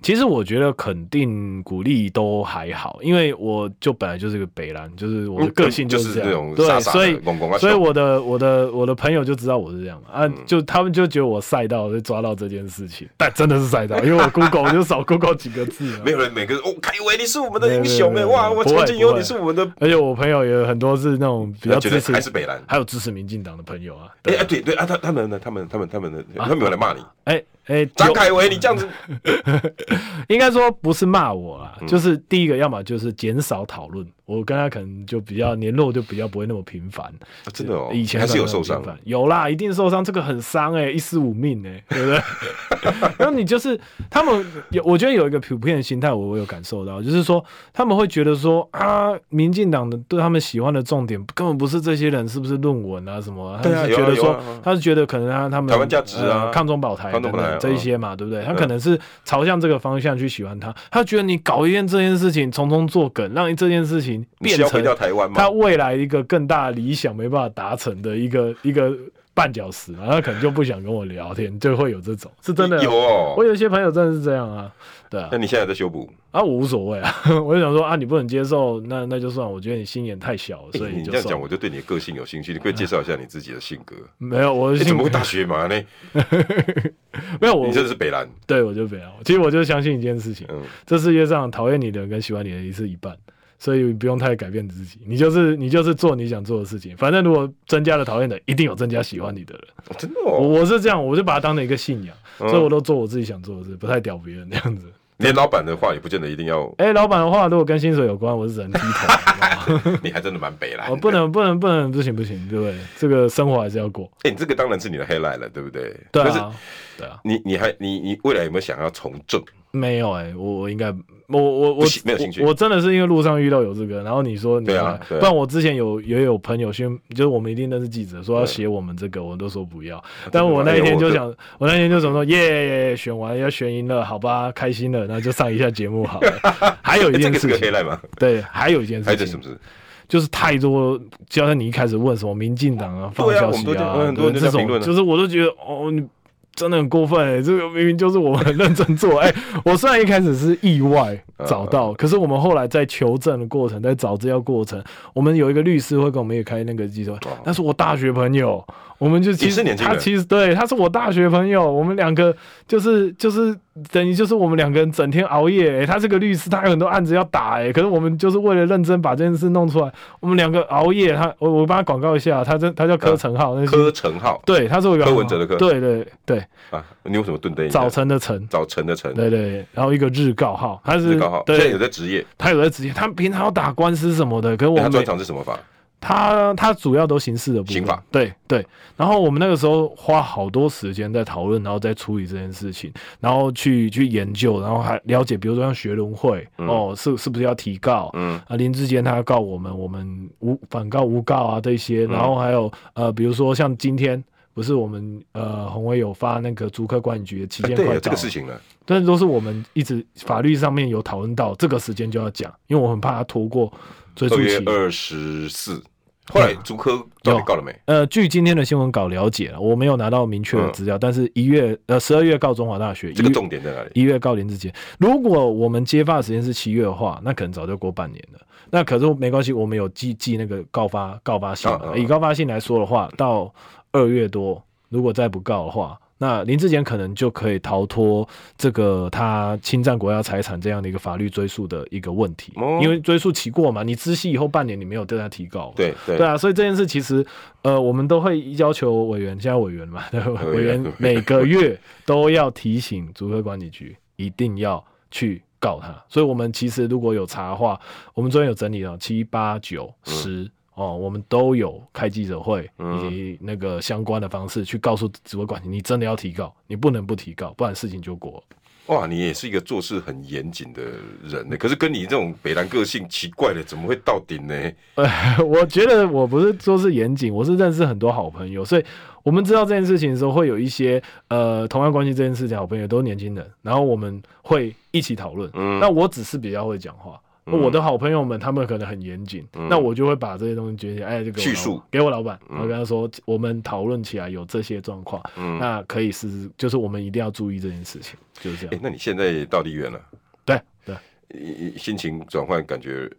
S2: 其实我觉得肯定鼓励都还好，因为我就本来就是个北兰，就是我的个性
S1: 就是
S2: 这
S1: 那
S2: 样，
S1: 种
S2: 嗯对，
S1: 傻傻
S2: 所
S1: 的
S2: 以。
S1: 公公啊，嗯
S2: 所以我的我的我的朋友就知道我是这样嘛啊，就他们就觉得我赛到就抓到这件事情，但真的是赛到，因为我 Google 我就少 Google 几个字嘛
S1: 没，有人每个人哦，凯维你是我们的英雄哎、
S2: 没有没有
S1: 哇，
S2: 没有
S1: 我
S2: 不会
S1: 从今以后
S2: 不会
S1: 你是我们的，
S2: 而且我朋友也有很多是那种比较
S1: 觉得
S2: 支持，
S1: 还是北兰。
S2: 还有支持民进党的朋友啊，
S1: 哎、
S2: 对
S1: 啊对对啊，他他们呢？他们他们他们呢？他们有来骂你，
S2: 哎哎，
S1: 张
S2: 有
S1: 凯维，你这样子
S2: 应该说不是骂我啦，
S1: 嗯
S2: 就是第一个，要么就是减少讨论。我跟他可能就比
S1: 嗯
S2: 较联络，就比较不会那么频繁。
S1: 啊真的哦，
S2: 以前
S1: 还是有
S2: 可能
S1: 受
S2: 很
S1: 伤，
S2: 频繁，有啦，一定受伤，这个很伤 哎、一尸五命哎、对不对？ 然后你就是他们有，我觉得有一个普遍的心态，我我有感受到，就是说他们会觉得说啊，民进党的对他们喜欢的重点根本不是这些人是不是论文啊什么啊，他
S1: 对啊
S2: 们是
S1: 有啊
S2: 觉得说、
S1: 有啊有啊
S2: 他是觉得可能啊他们
S1: 台湾价值啊
S2: 呃抗中保台
S1: 抗
S2: 等
S1: 中
S2: 等
S1: 保台啊
S2: 这一些嘛，对不对？他可能是朝向这个方向去喜欢他，他觉得你搞一件这件事情，从中作梗，让这件事情情
S1: 你
S2: 变
S1: 是要回
S2: 成
S1: 到台湾
S2: 他
S1: 吗？
S2: 未来一个更大的理想没办法达成的一个 一个绊脚石嘛，他可能就不想跟我聊天，就会有这种，是真的啊
S1: 有。嗯哦
S2: 我。有一些朋友真的是这样啊，对啊
S1: 那，你现在在修补？
S2: 啊我无所谓啊， 我就想说啊你不能接受，那那就算，我觉得你心眼太小了，
S1: 哎
S2: 所以
S1: 你
S2: 就
S1: 这样
S2: 算
S1: 讲，
S2: 了
S1: 我就对你的个性有兴趣。你可以介绍一下你自己的性格？
S2: 没有，我
S1: 你
S2: 是
S1: 哎怎么会大学嘛呢？
S2: 没有我
S1: 你，真的是北兰，
S2: 对我就不要。其实我就相信一件事情，
S1: 嗯，
S2: 这世界上讨厌你的人跟喜欢你的人是一半，所以不用太改变自己，你就是你就是做你想做的事情。反正如果增加了讨厌的，一定有增加喜欢你的人。
S1: 哦真的
S2: 我
S1: 哦。
S2: 我是这样，我就把它当成一个信仰，
S1: 嗯
S2: 所以我都做我自己想做的事，不太屌别人这样子。
S1: 连老板的话也不见得一定要，
S2: 哎、老板的话，如果跟薪水有关，我是只能低头，好不好
S1: 你还真的蛮北兰的。
S2: 我不能不能不能，不行不行，对不对？这个生活还是要过。
S1: 哎、你这个当然是你的 highlight 了，对不对？
S2: 对
S1: 可是
S2: 啊，对啊，
S1: 你你还你你未来有没有想要从政？
S2: 没有哎、我我应该我我
S1: 不
S2: 我
S1: 行没有兴趣
S2: 我，我真的是因为路上遇到有这个，然后你说你
S1: 对啊
S2: 来
S1: 对啊
S2: 不然我之前有也有朋友先，就是我们一定认识记者，说要写我们这个，我都说不
S1: 啊
S2: 要。但我那一
S1: 哎
S2: 天就想，我那天就想说，耶，选完要选赢了，好吧，开心了，那就上一下节目好 了。还有
S1: 哎、
S2: 一
S1: 这
S2: 件
S1: 个是
S2: 事
S1: 个
S2: 情，
S1: highlight 吗？
S2: 对，还有一件
S1: 还
S2: 事
S1: 有什
S2: 情
S1: 么，事？
S2: 就是太多，就像你一开始问什么民进党啊，放
S1: 对啊
S2: 消
S1: 我们都
S2: 息啊，
S1: 就很多人
S2: 对
S1: 都在
S2: 这种
S1: 评论啊
S2: 就是我都觉得哦，你真的很过分、欸，这个明明就是我们很认真 做。哎、我虽然一开始是意外找
S1: 嗯
S2: 到，可是我们后来在求证的过程，在找资料过程，我们有一个律师会跟我们也开那个记者会
S1: 哦，
S2: 那是我大学朋友，我们就其
S1: 也是
S2: 实
S1: 年轻
S2: 他
S1: 人
S2: 其实对他是我大学朋友，我们两个就是就是等于就是我们两个人整天熬夜、欸他是个律师，他有很多案子要打、欸，可是我们就是为了认真把这件事弄出来，我们两个熬夜，他我我帮他广告一下，他真他叫柯成浩，那是
S1: 啊柯成浩
S2: 对，他是我一个
S1: 柯文哲的柯
S2: 对对对，
S1: 啊，你为什么顿顿一下
S2: 早晨的晨，
S1: 早晨的晨，
S2: 对对，然后一个日告号，他是
S1: 日高浩，现在有
S2: 对，
S1: 在职业，
S2: 他有在职业，他平常要打官司什么的，可是我
S1: 哎他
S2: 们
S1: 专
S2: 没
S1: 长是什么法？
S2: 他他主要都刑事的部分，
S1: 刑法
S2: 对对。然后我们那个时候花好多时间在讨论，然后再处理这件事情，然后去去研究，然后还了解，比如说像学伦会、哦，是是不是要提告？
S1: 嗯，
S2: 啊，林志坚他要告我们，我们无反告无告啊这些，
S1: 嗯
S2: 然后还有、呃，比如说像今天不是我们呃红威有发那个竹科管理局的期
S1: 哎
S2: 间
S1: 对
S2: 快
S1: 有
S2: 到，
S1: 这个事情呢，
S2: 但是都是我们一直法律上面有讨论到这个时间就要讲，因为我很怕他拖过追
S1: 二
S2: 溯
S1: 月
S2: 期。
S1: 二十四，后来朱科到底告了没？
S2: 呃，据今天的新闻稿了解了，我没有拿到明确的资料，但是一月呃十二月告中华大学，
S1: 嗯这个
S2: 一月
S1: 重点在哪里？
S2: 一月告林志坚。如果我们揭发的时间是七月的话，那可能早就过半年了。那可是没关系，我们有寄寄那个告发告发信嘛
S1: 嗯嗯嗯
S2: 以告发信来说的话，到二月多，如果再不告的话，那林志坚可能就可以逃脱这个他侵占国家财产这样的一个法律追诉的一个问题，
S1: 哦
S2: 因为追诉期过嘛，你知悉以后半年你没有对他提告嘛，
S1: 对对
S2: 对啊，所以这件事其实，呃，我们都会要求委员，现在委员嘛， 对委员每个月都要提醒足科管理局一定要去告他。所以我们其实如果有查的话，我们昨天有整理了七八九十。哦，我们都有开记者会
S1: 嗯
S2: 以及那个相关的方式去告诉主管管理，你真的要提告，你不能不提告，不然事情就过了。
S1: 哇，你也是一个做事很严谨的人呢，可是跟你这种北兰个性奇怪的，怎么会到顶呢？
S2: 我觉得我不是说是严谨，我是认识很多好朋友，所以我们知道这件事情的时候，会有一些呃同样关心这件事情的好朋友都是年轻人，然后我们会一起讨论。
S1: 嗯
S2: 那我只是比较会讲话。我的好朋友们，他们可能很严谨，那我就会把这些东西决定，哎，这
S1: 嗯
S2: 个
S1: 叙述嗯
S2: 给我老板，我跟他说，我们讨论起来有这些状况，那可以试试，就是我们一定要注意这件事情，就是这
S1: 哎
S2: 样，。
S1: 那你现在到立院了？
S2: 对对，
S1: 你心情转换感觉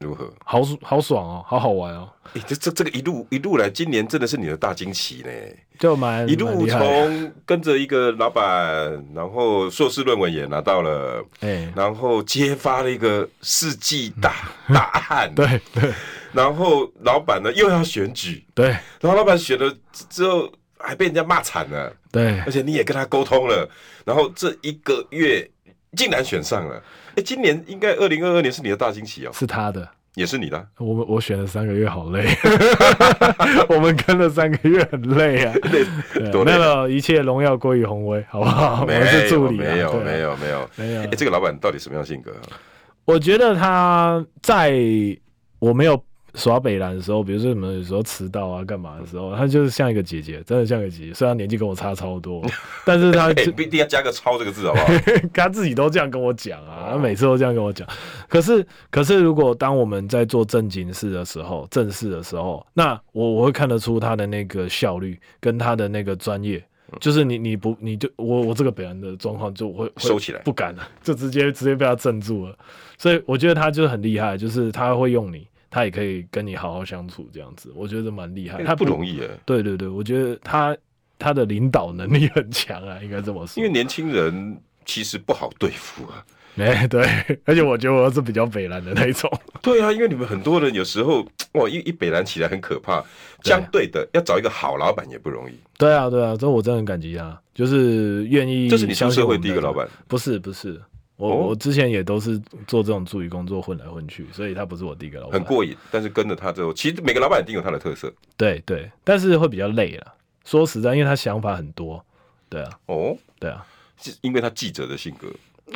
S1: 如何？
S2: 好好爽哦，好好玩哦，
S1: 哎、这这这个一路一路来，今年真的是你的大惊喜呢！
S2: 就蛮
S1: 一
S2: 蛮
S1: 路
S2: 厉害的
S1: 从跟着一个老板，然后硕士论文也拿到了，
S2: 哎，
S1: 然后揭发了一个世纪 大大案，
S2: 对对
S1: 然后老板呢又要选举，
S2: 对
S1: 然后老板选了之后还被人家骂惨了，
S2: 对
S1: 而，且你也跟他沟通了，然后这一个月竟然选上了。哎，今年应该二零二二年是你的大惊喜哦，
S2: 是他的。
S1: 也是你的啊。
S2: 我们我选了三个月，好累。 我们跟了三个月，很累啊。对
S1: 多累
S2: 没
S1: 啊
S2: 有，一切荣耀归于宏威，好不好？我
S1: 没有
S2: 们是助理、啊，
S1: 没有
S2: 对嗯啊
S1: 没。有没有
S2: 没有
S1: 哎，这个老板到底什么样性格啊？
S2: 我觉得他在我没有耍北兰的时候，比如说什么有时候迟到啊、干嘛的时候，她就是像一个姐姐，真的像个姐姐。虽然年纪跟我差 超多，但是她
S1: 哎，
S2: 就
S1: 不一定要加个“超”这个字，好不
S2: 哎
S1: 好？
S2: 他自己都这样跟我讲
S1: 哦
S2: 啊，他每次都这样跟我讲。可是，可是如果当我们在做正经事的时候、正事的时候，那我我会看得出他的那个效率跟他的那个专业。
S1: 嗯
S2: 就是你，你不，你就我，我这个北人的状况就会会
S1: 收起来
S2: 不敢了，就直接直接被他镇住了。所以我觉得他就是很厉害，就是他会用你，他也可以跟你好好相处，这样子，我觉得蛮厉害。他
S1: 不容易哎，
S2: 对对对，我觉得他他的领导能力很强啊，应该这么说。
S1: 因为年轻人其实不好对付啊。
S2: 哎、对，而且我觉得我是比较北蓝的那一种，
S1: 对啊，因为你们很多人有时候哇，一一北兰起来很可怕。
S2: 啊
S1: 相对的，要找一个好老板也不容易。
S2: 对啊，对啊，这我真的很感激他，嗯就是愿意。
S1: 这是你出社会第一个老？板，
S2: 不是，不是，我、
S1: 哦
S2: 我之前也都是做这种助理工作混来混去，所以他不是我第一个老板。
S1: 很过瘾。但是跟着他之后，其实每个老板一定有他的特色
S2: 对对，但是会比较累了。说实在，因为他想法很多，对啊，
S1: 哦，
S2: 对啊，
S1: 是因为他记者的性格。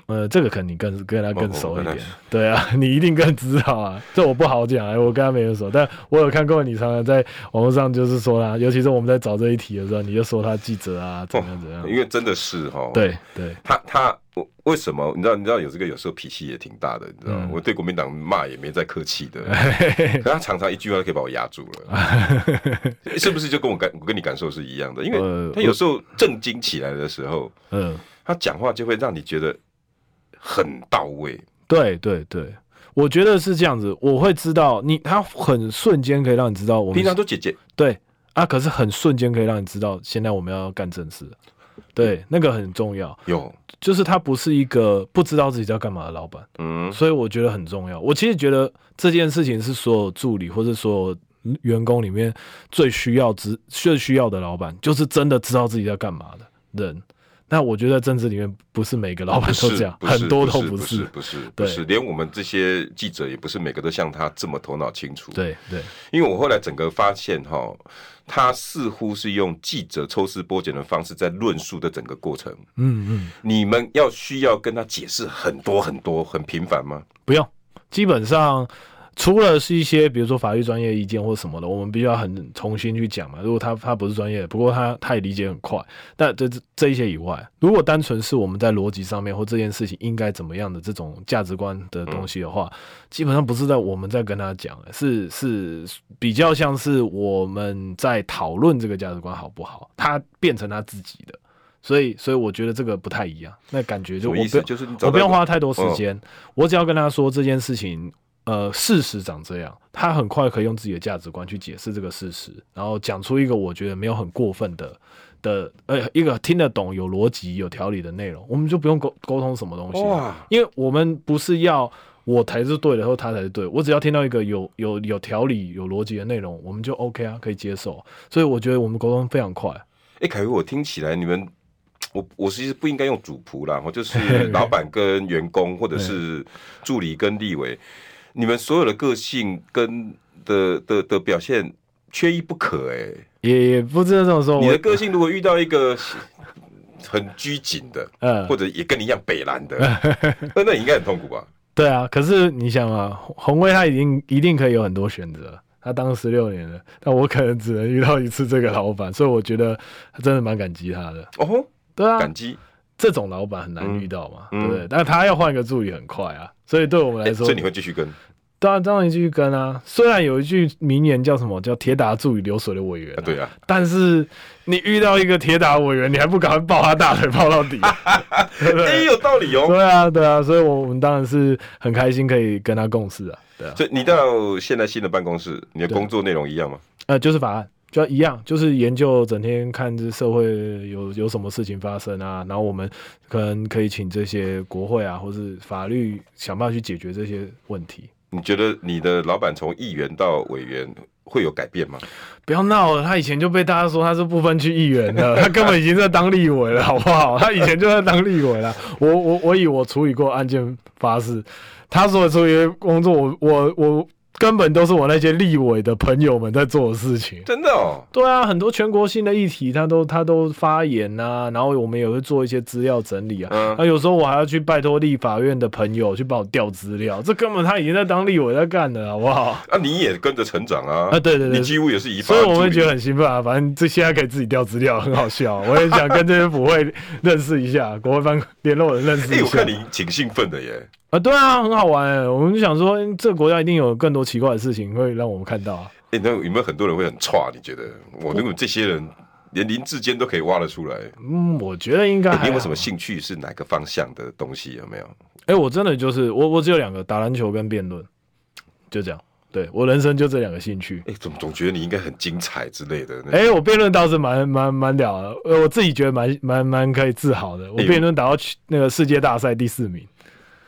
S2: 呃，这个可能你更跟他更
S1: 哦
S2: 熟
S1: 我
S2: 一
S1: 跟
S2: 点，
S1: 他
S2: 对啊， 你一定更知道啊。这我不好讲、啊，我跟他没有熟，但我有看过你常常在网络上就是说啦，尤其是我们在找这一题的时候，你就说他记者啊，怎么样怎么样。
S1: 因为真的是哈，，
S2: 对对，
S1: 他他我为什么你知道你知道有这个有时候脾气也挺大的，你知道吗、
S2: 嗯
S1: 我对国民党骂也没在客气 的，可他常常一句话就可以把我压住了， 是不是就跟我感我跟你感受是一样的？因
S2: 呃
S1: 为他有时候震惊起来的时候，
S2: 嗯，
S1: 他讲话就会让你觉得很到位，
S2: 对对对，我觉得是这样子，我会知道你，他很瞬间可以让你知道我们
S1: 平常都姐姐
S2: 对啊，可是很瞬间可以让你知道现在我们要干正事了，对，那个很重要，
S1: 有，
S2: 就是他不是一个不知道自己在干嘛的老板，
S1: 嗯，
S2: 所以我觉得很重要。我其实觉得这件事情是所有助理或者所有员工里面最需要知最需要的老板，就是真的知道自己在干嘛的人。那我觉得在政治里面不是每个老板
S1: 不
S2: 都
S1: 是
S2: 这样，
S1: 不是
S2: 很多都
S1: 不
S2: 是
S1: 是，不是，不
S2: 对
S1: 是，连我们这些记者也不是每个都像他这么头脑清楚，。
S2: 对对，
S1: 因为我后来整个发现哈，他似乎是用记者抽丝剥茧的方式在论述的整个过程。
S2: 嗯嗯。
S1: 你们要需要跟他解释很多很多很频繁吗？
S2: 不用，基本上除了是一些比如说法律专业意见或什么的，我们必须要很重新去讲嘛。如果他他不是专业，不过他他也理解很快。但这这这一些以外，如果单纯是我们在逻辑上面或这件事情应该怎么样的这种价值观的东西的话，基本上不是在我们在跟他讲，是是比较像是我们在讨论这个价值观好不好，他变成他自己的。所以，所以我觉得这个不太一样，那感觉
S1: 什
S2: 就我
S1: 么
S2: 不
S1: 意思？
S2: 要
S1: 就是你找到
S2: 我不
S1: 一
S2: 用
S1: 个
S2: 花太多时
S1: 嗯
S2: 间，我只要跟他说这件事情，呃，事实长这样，他很快可以用自己的价值观去解释这个事实，然后讲出一个我觉得没有很过分的的，呃，一个听得懂、有逻辑、有条理的内容，我们就不用沟沟通什么东西了，
S1: 哇，
S2: 因为我们不是要。我才是对的，或他才是对的。我只要听到一个有有有条理、有逻辑的内容，我们就 OK 啊，可以接受。所以我觉得我们沟通非常快。
S1: 哎、凯文，我听起来你们，我我其实不应该用主仆啦，我就是 老板跟员工，或者是助理跟立委，你们所有的个性跟的的的表现缺一不可、哎。
S2: 也也不知道这么说，
S1: 你
S2: 哦我
S1: 的个性如果遇到一个很拘谨的，
S2: 嗯
S1: 或者也跟你一样北蓝 的，那那你应该很痛苦吧？
S2: 对啊，可是你想啊，红红威他已经一定可以有很多选择，他当十六年了，但我可能只能遇到一次这个老板，所以我觉得真的蛮感激他的。
S1: 哦吼，
S2: 对啊
S1: 感，激。
S2: 这种老板很难遇到嘛，
S1: 嗯
S2: 对不对？但他要换个助理很快啊，所以对我们来
S1: 哎
S2: 说，
S1: 所以你会继续跟？
S2: 当然当然继续跟啊。虽然有一句名言叫什么叫“铁打助理流水的委员、
S1: 啊对啊，
S2: 但是你遇到一个铁打委员，你还不赶快抱他大腿抱到底，啊 对不
S1: 哎，
S2: 对？
S1: 有道理哦。
S2: 对啊，对啊，所以我我们当然是很开心可以跟他共事啊，对啊。
S1: 所以你到现在新的办公室，你的工作内容一样吗？
S2: 呃，就是法案，就一样，就是研究整天看这社会有有什么事情发生啊，然后我们可能可以请这些国会啊，或是法律想办法去解决这些问题。
S1: 你觉得你的老板从议员到委员会有改变吗？
S2: 不要闹了，他以前就被大家说他是不分区议员的，他根本已经在当立委了，好不好？他以前就在当立委了。我我我以我处理过案件发誓，他所处理的工作，我我我根本都是我那些立委的朋友们在做的事情。
S1: 真的哦，
S2: 对啊，很多全国性的议题，他都他都发言呐、然后我们也会做一些资料整理啊。
S1: 嗯
S2: 那有时候我还要去拜托立法院的朋友去帮我调资料，这根本他已经在当立委在干了，好不好？
S1: 啊，你也跟着成长啊，
S2: 啊对对对
S1: 你几乎也是一半，
S2: 所以我会觉得很兴奋啊，反正这现在可以自己调资料，很好笑。我也想跟这些府会认识一下，国会办联络人认识
S1: 哎、
S2: 一
S1: 我
S2: 下
S1: 看。你挺兴奋的耶，
S2: 啊，对啊，很好玩、欸。我们就想说，嗯这个国家一定有更多奇怪的事情会让我们看到啊。
S1: 哎、那有没有很多人会很差？你觉得？我那个这些人连林志坚都可以挖得出来，
S2: 嗯，我觉得应该
S1: 哎
S2: 还、
S1: 你有没有什么？兴趣是哪个方向的东西？有没有？
S2: 哎、我真的就是我，我只有两个，打篮球跟辩论，就这样。对我人生就这两个兴趣。
S1: 哎、总总觉得你应该很精彩之类的。哎、
S2: 哎、我辩论倒是蛮蛮蛮屌的，呃，我自己觉得蛮蛮蛮可以自豪的。我
S1: 哎呦
S2: 辩论打到去那个世界大赛第四名。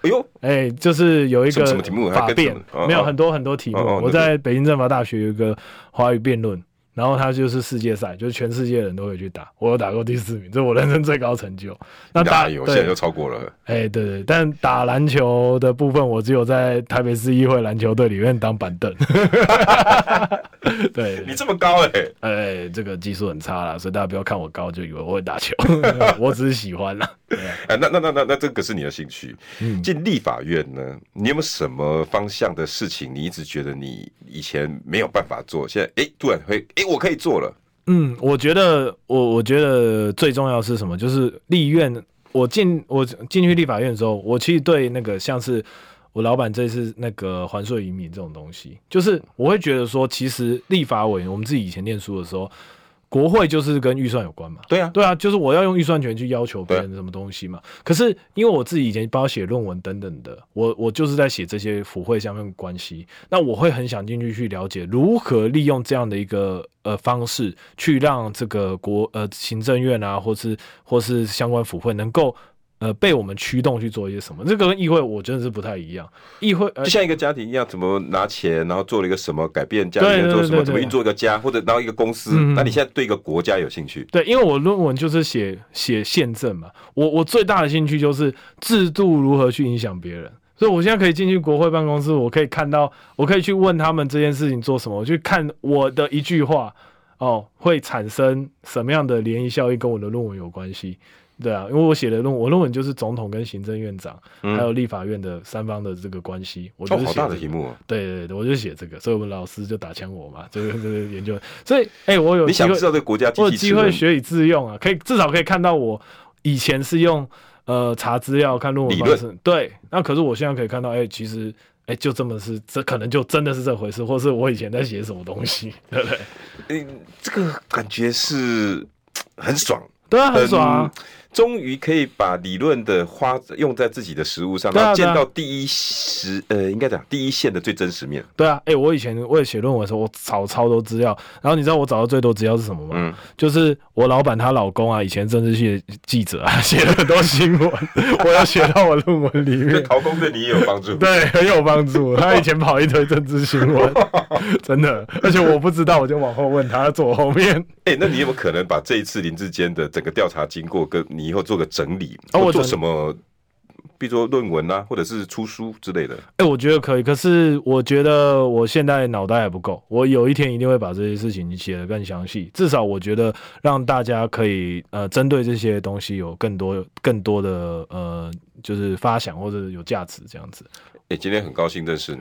S1: 哎呦，
S2: 哎、就是有一
S1: 什么
S2: 个
S1: 什么题目还
S2: 法
S1: 跟
S2: 辩
S1: 什么哦，
S2: 没
S1: 哦
S2: 有很多很多题目。
S1: 哦哦
S2: 我
S1: 对对
S2: 在北京政法大学有一个华语辩论，然后它就是世界赛，就是全世界人都会去打。我有打过第四名，这是我人生最高成就。那打
S1: 哪有？哎现在
S2: 对
S1: 又，超过了。
S2: 哎、对对，但打篮球的部分，我只有在台北市议会篮球队里面当板凳。 对，
S1: 你这么高哎、
S2: 哎、这个技术很差啦，所以大家不要看我高就以为我会打 球，我只是喜欢啦。
S1: 哎，那那那那那这个是你的兴趣。
S2: 嗯
S1: 进立法院呢，你有没有什么方向的事情，你一直觉得你以前没有办法做，现在哎、突然会哎、我可以做了，
S2: 嗯，我觉得我我觉得最重要的是什么？就是立院，我进我进去立法院的时候，我其实对那个像是我老板这次那个还税移民这种东西，就是我会觉得说，其实立法委员我们自己以前念书的时候，国会就是跟预算有关嘛。
S1: 对啊，
S2: 对啊，就是我要用预算权去要求别
S1: 对
S2: 人什么东西嘛。可是因为我自己以前包括写论文等等的，我我就是在写这些辅会相关的关系，那我会很想进去去了解如何利用这样的一个呃方式，去让这个国呃行政院啊，或是或是相关辅会能够。呃，被我们驱动去做一些什么？这个跟议会我真的是不太一样。议会呃
S1: 就，像一个家庭一样，怎么拿钱，然后做了一个什么改变，家
S2: 对
S1: 里面做
S2: 对
S1: 什么，
S2: 对
S1: 怎么
S2: 对
S1: 运作一个家，或者然后一个公司。
S2: 嗯
S1: 那你现在对一个国家有兴趣？
S2: 对，因为我论文就是写写宪政嘛，我我最大的兴趣就是制度如何去影响别人。所以我现在可以进去国会办公室，我可以看到，我可以去问他们这件事情做什么，我去看我的一句话哦会产生什么样的涟漪效应，跟我的论文有关系。对啊，因为我写的论文，我论文就是总统跟行政院长、还有立法院的三方的这个关系，我就
S1: 嗯哦，
S2: 是
S1: 好
S2: 写、
S1: 大的题。目、哦！
S2: 对对对，我就写这个，所以我们老师就打枪我嘛，就是就是研究。所以，哎、我有
S1: 你想
S2: 机
S1: 知
S2: 会
S1: 道这个国家机
S2: 我有
S1: 器
S2: 机会学以致用啊，可以至少可以看到我以前是用呃查资料、看论文
S1: 理
S2: 方式，对。那可是我现在可以看到，哎、其实哎、就这么是这可能就真的是这回事，或是我以前在写什么东西，对不对？
S1: 嗯，这个感觉是很爽，
S2: 对啊，很爽啊！
S1: 嗯终于可以把理论的花用在自己的实物上，
S2: 对啊
S1: 然后见
S2: 对啊
S1: 到第一实呃，应该讲第一线的最真实面。
S2: 对啊，哎、我以前为了写论文的时候，我找超多资料，然后你知道我找到最多资料是什么吗？
S1: 嗯
S2: 就是我老板她老公啊，以前政治系的记者啊， 写了很多新闻，我要写到我论文里
S1: 对
S2: 面。
S1: 陶工对你也有帮助。
S2: 对，很有帮助。他以前跑一堆政治新闻， 真的，而且我不知道，我就往后问他，他坐我后面。
S1: 哎、那你有没有可能把这一次林志坚的整个调查经过跟你以后做个整理，
S2: 哦我
S1: 或做
S2: 整
S1: 什么，比如说论文啊，或者是出书之类的？
S2: 哎、我觉得可以，可是我觉得我现在脑袋还不够，我有一天一定会把这些事情写得更详细，至少我觉得让大家可以呃针对这些东西有更多更多的呃就是发想或者有价值这样子。
S1: 哎、今天很高兴认识你。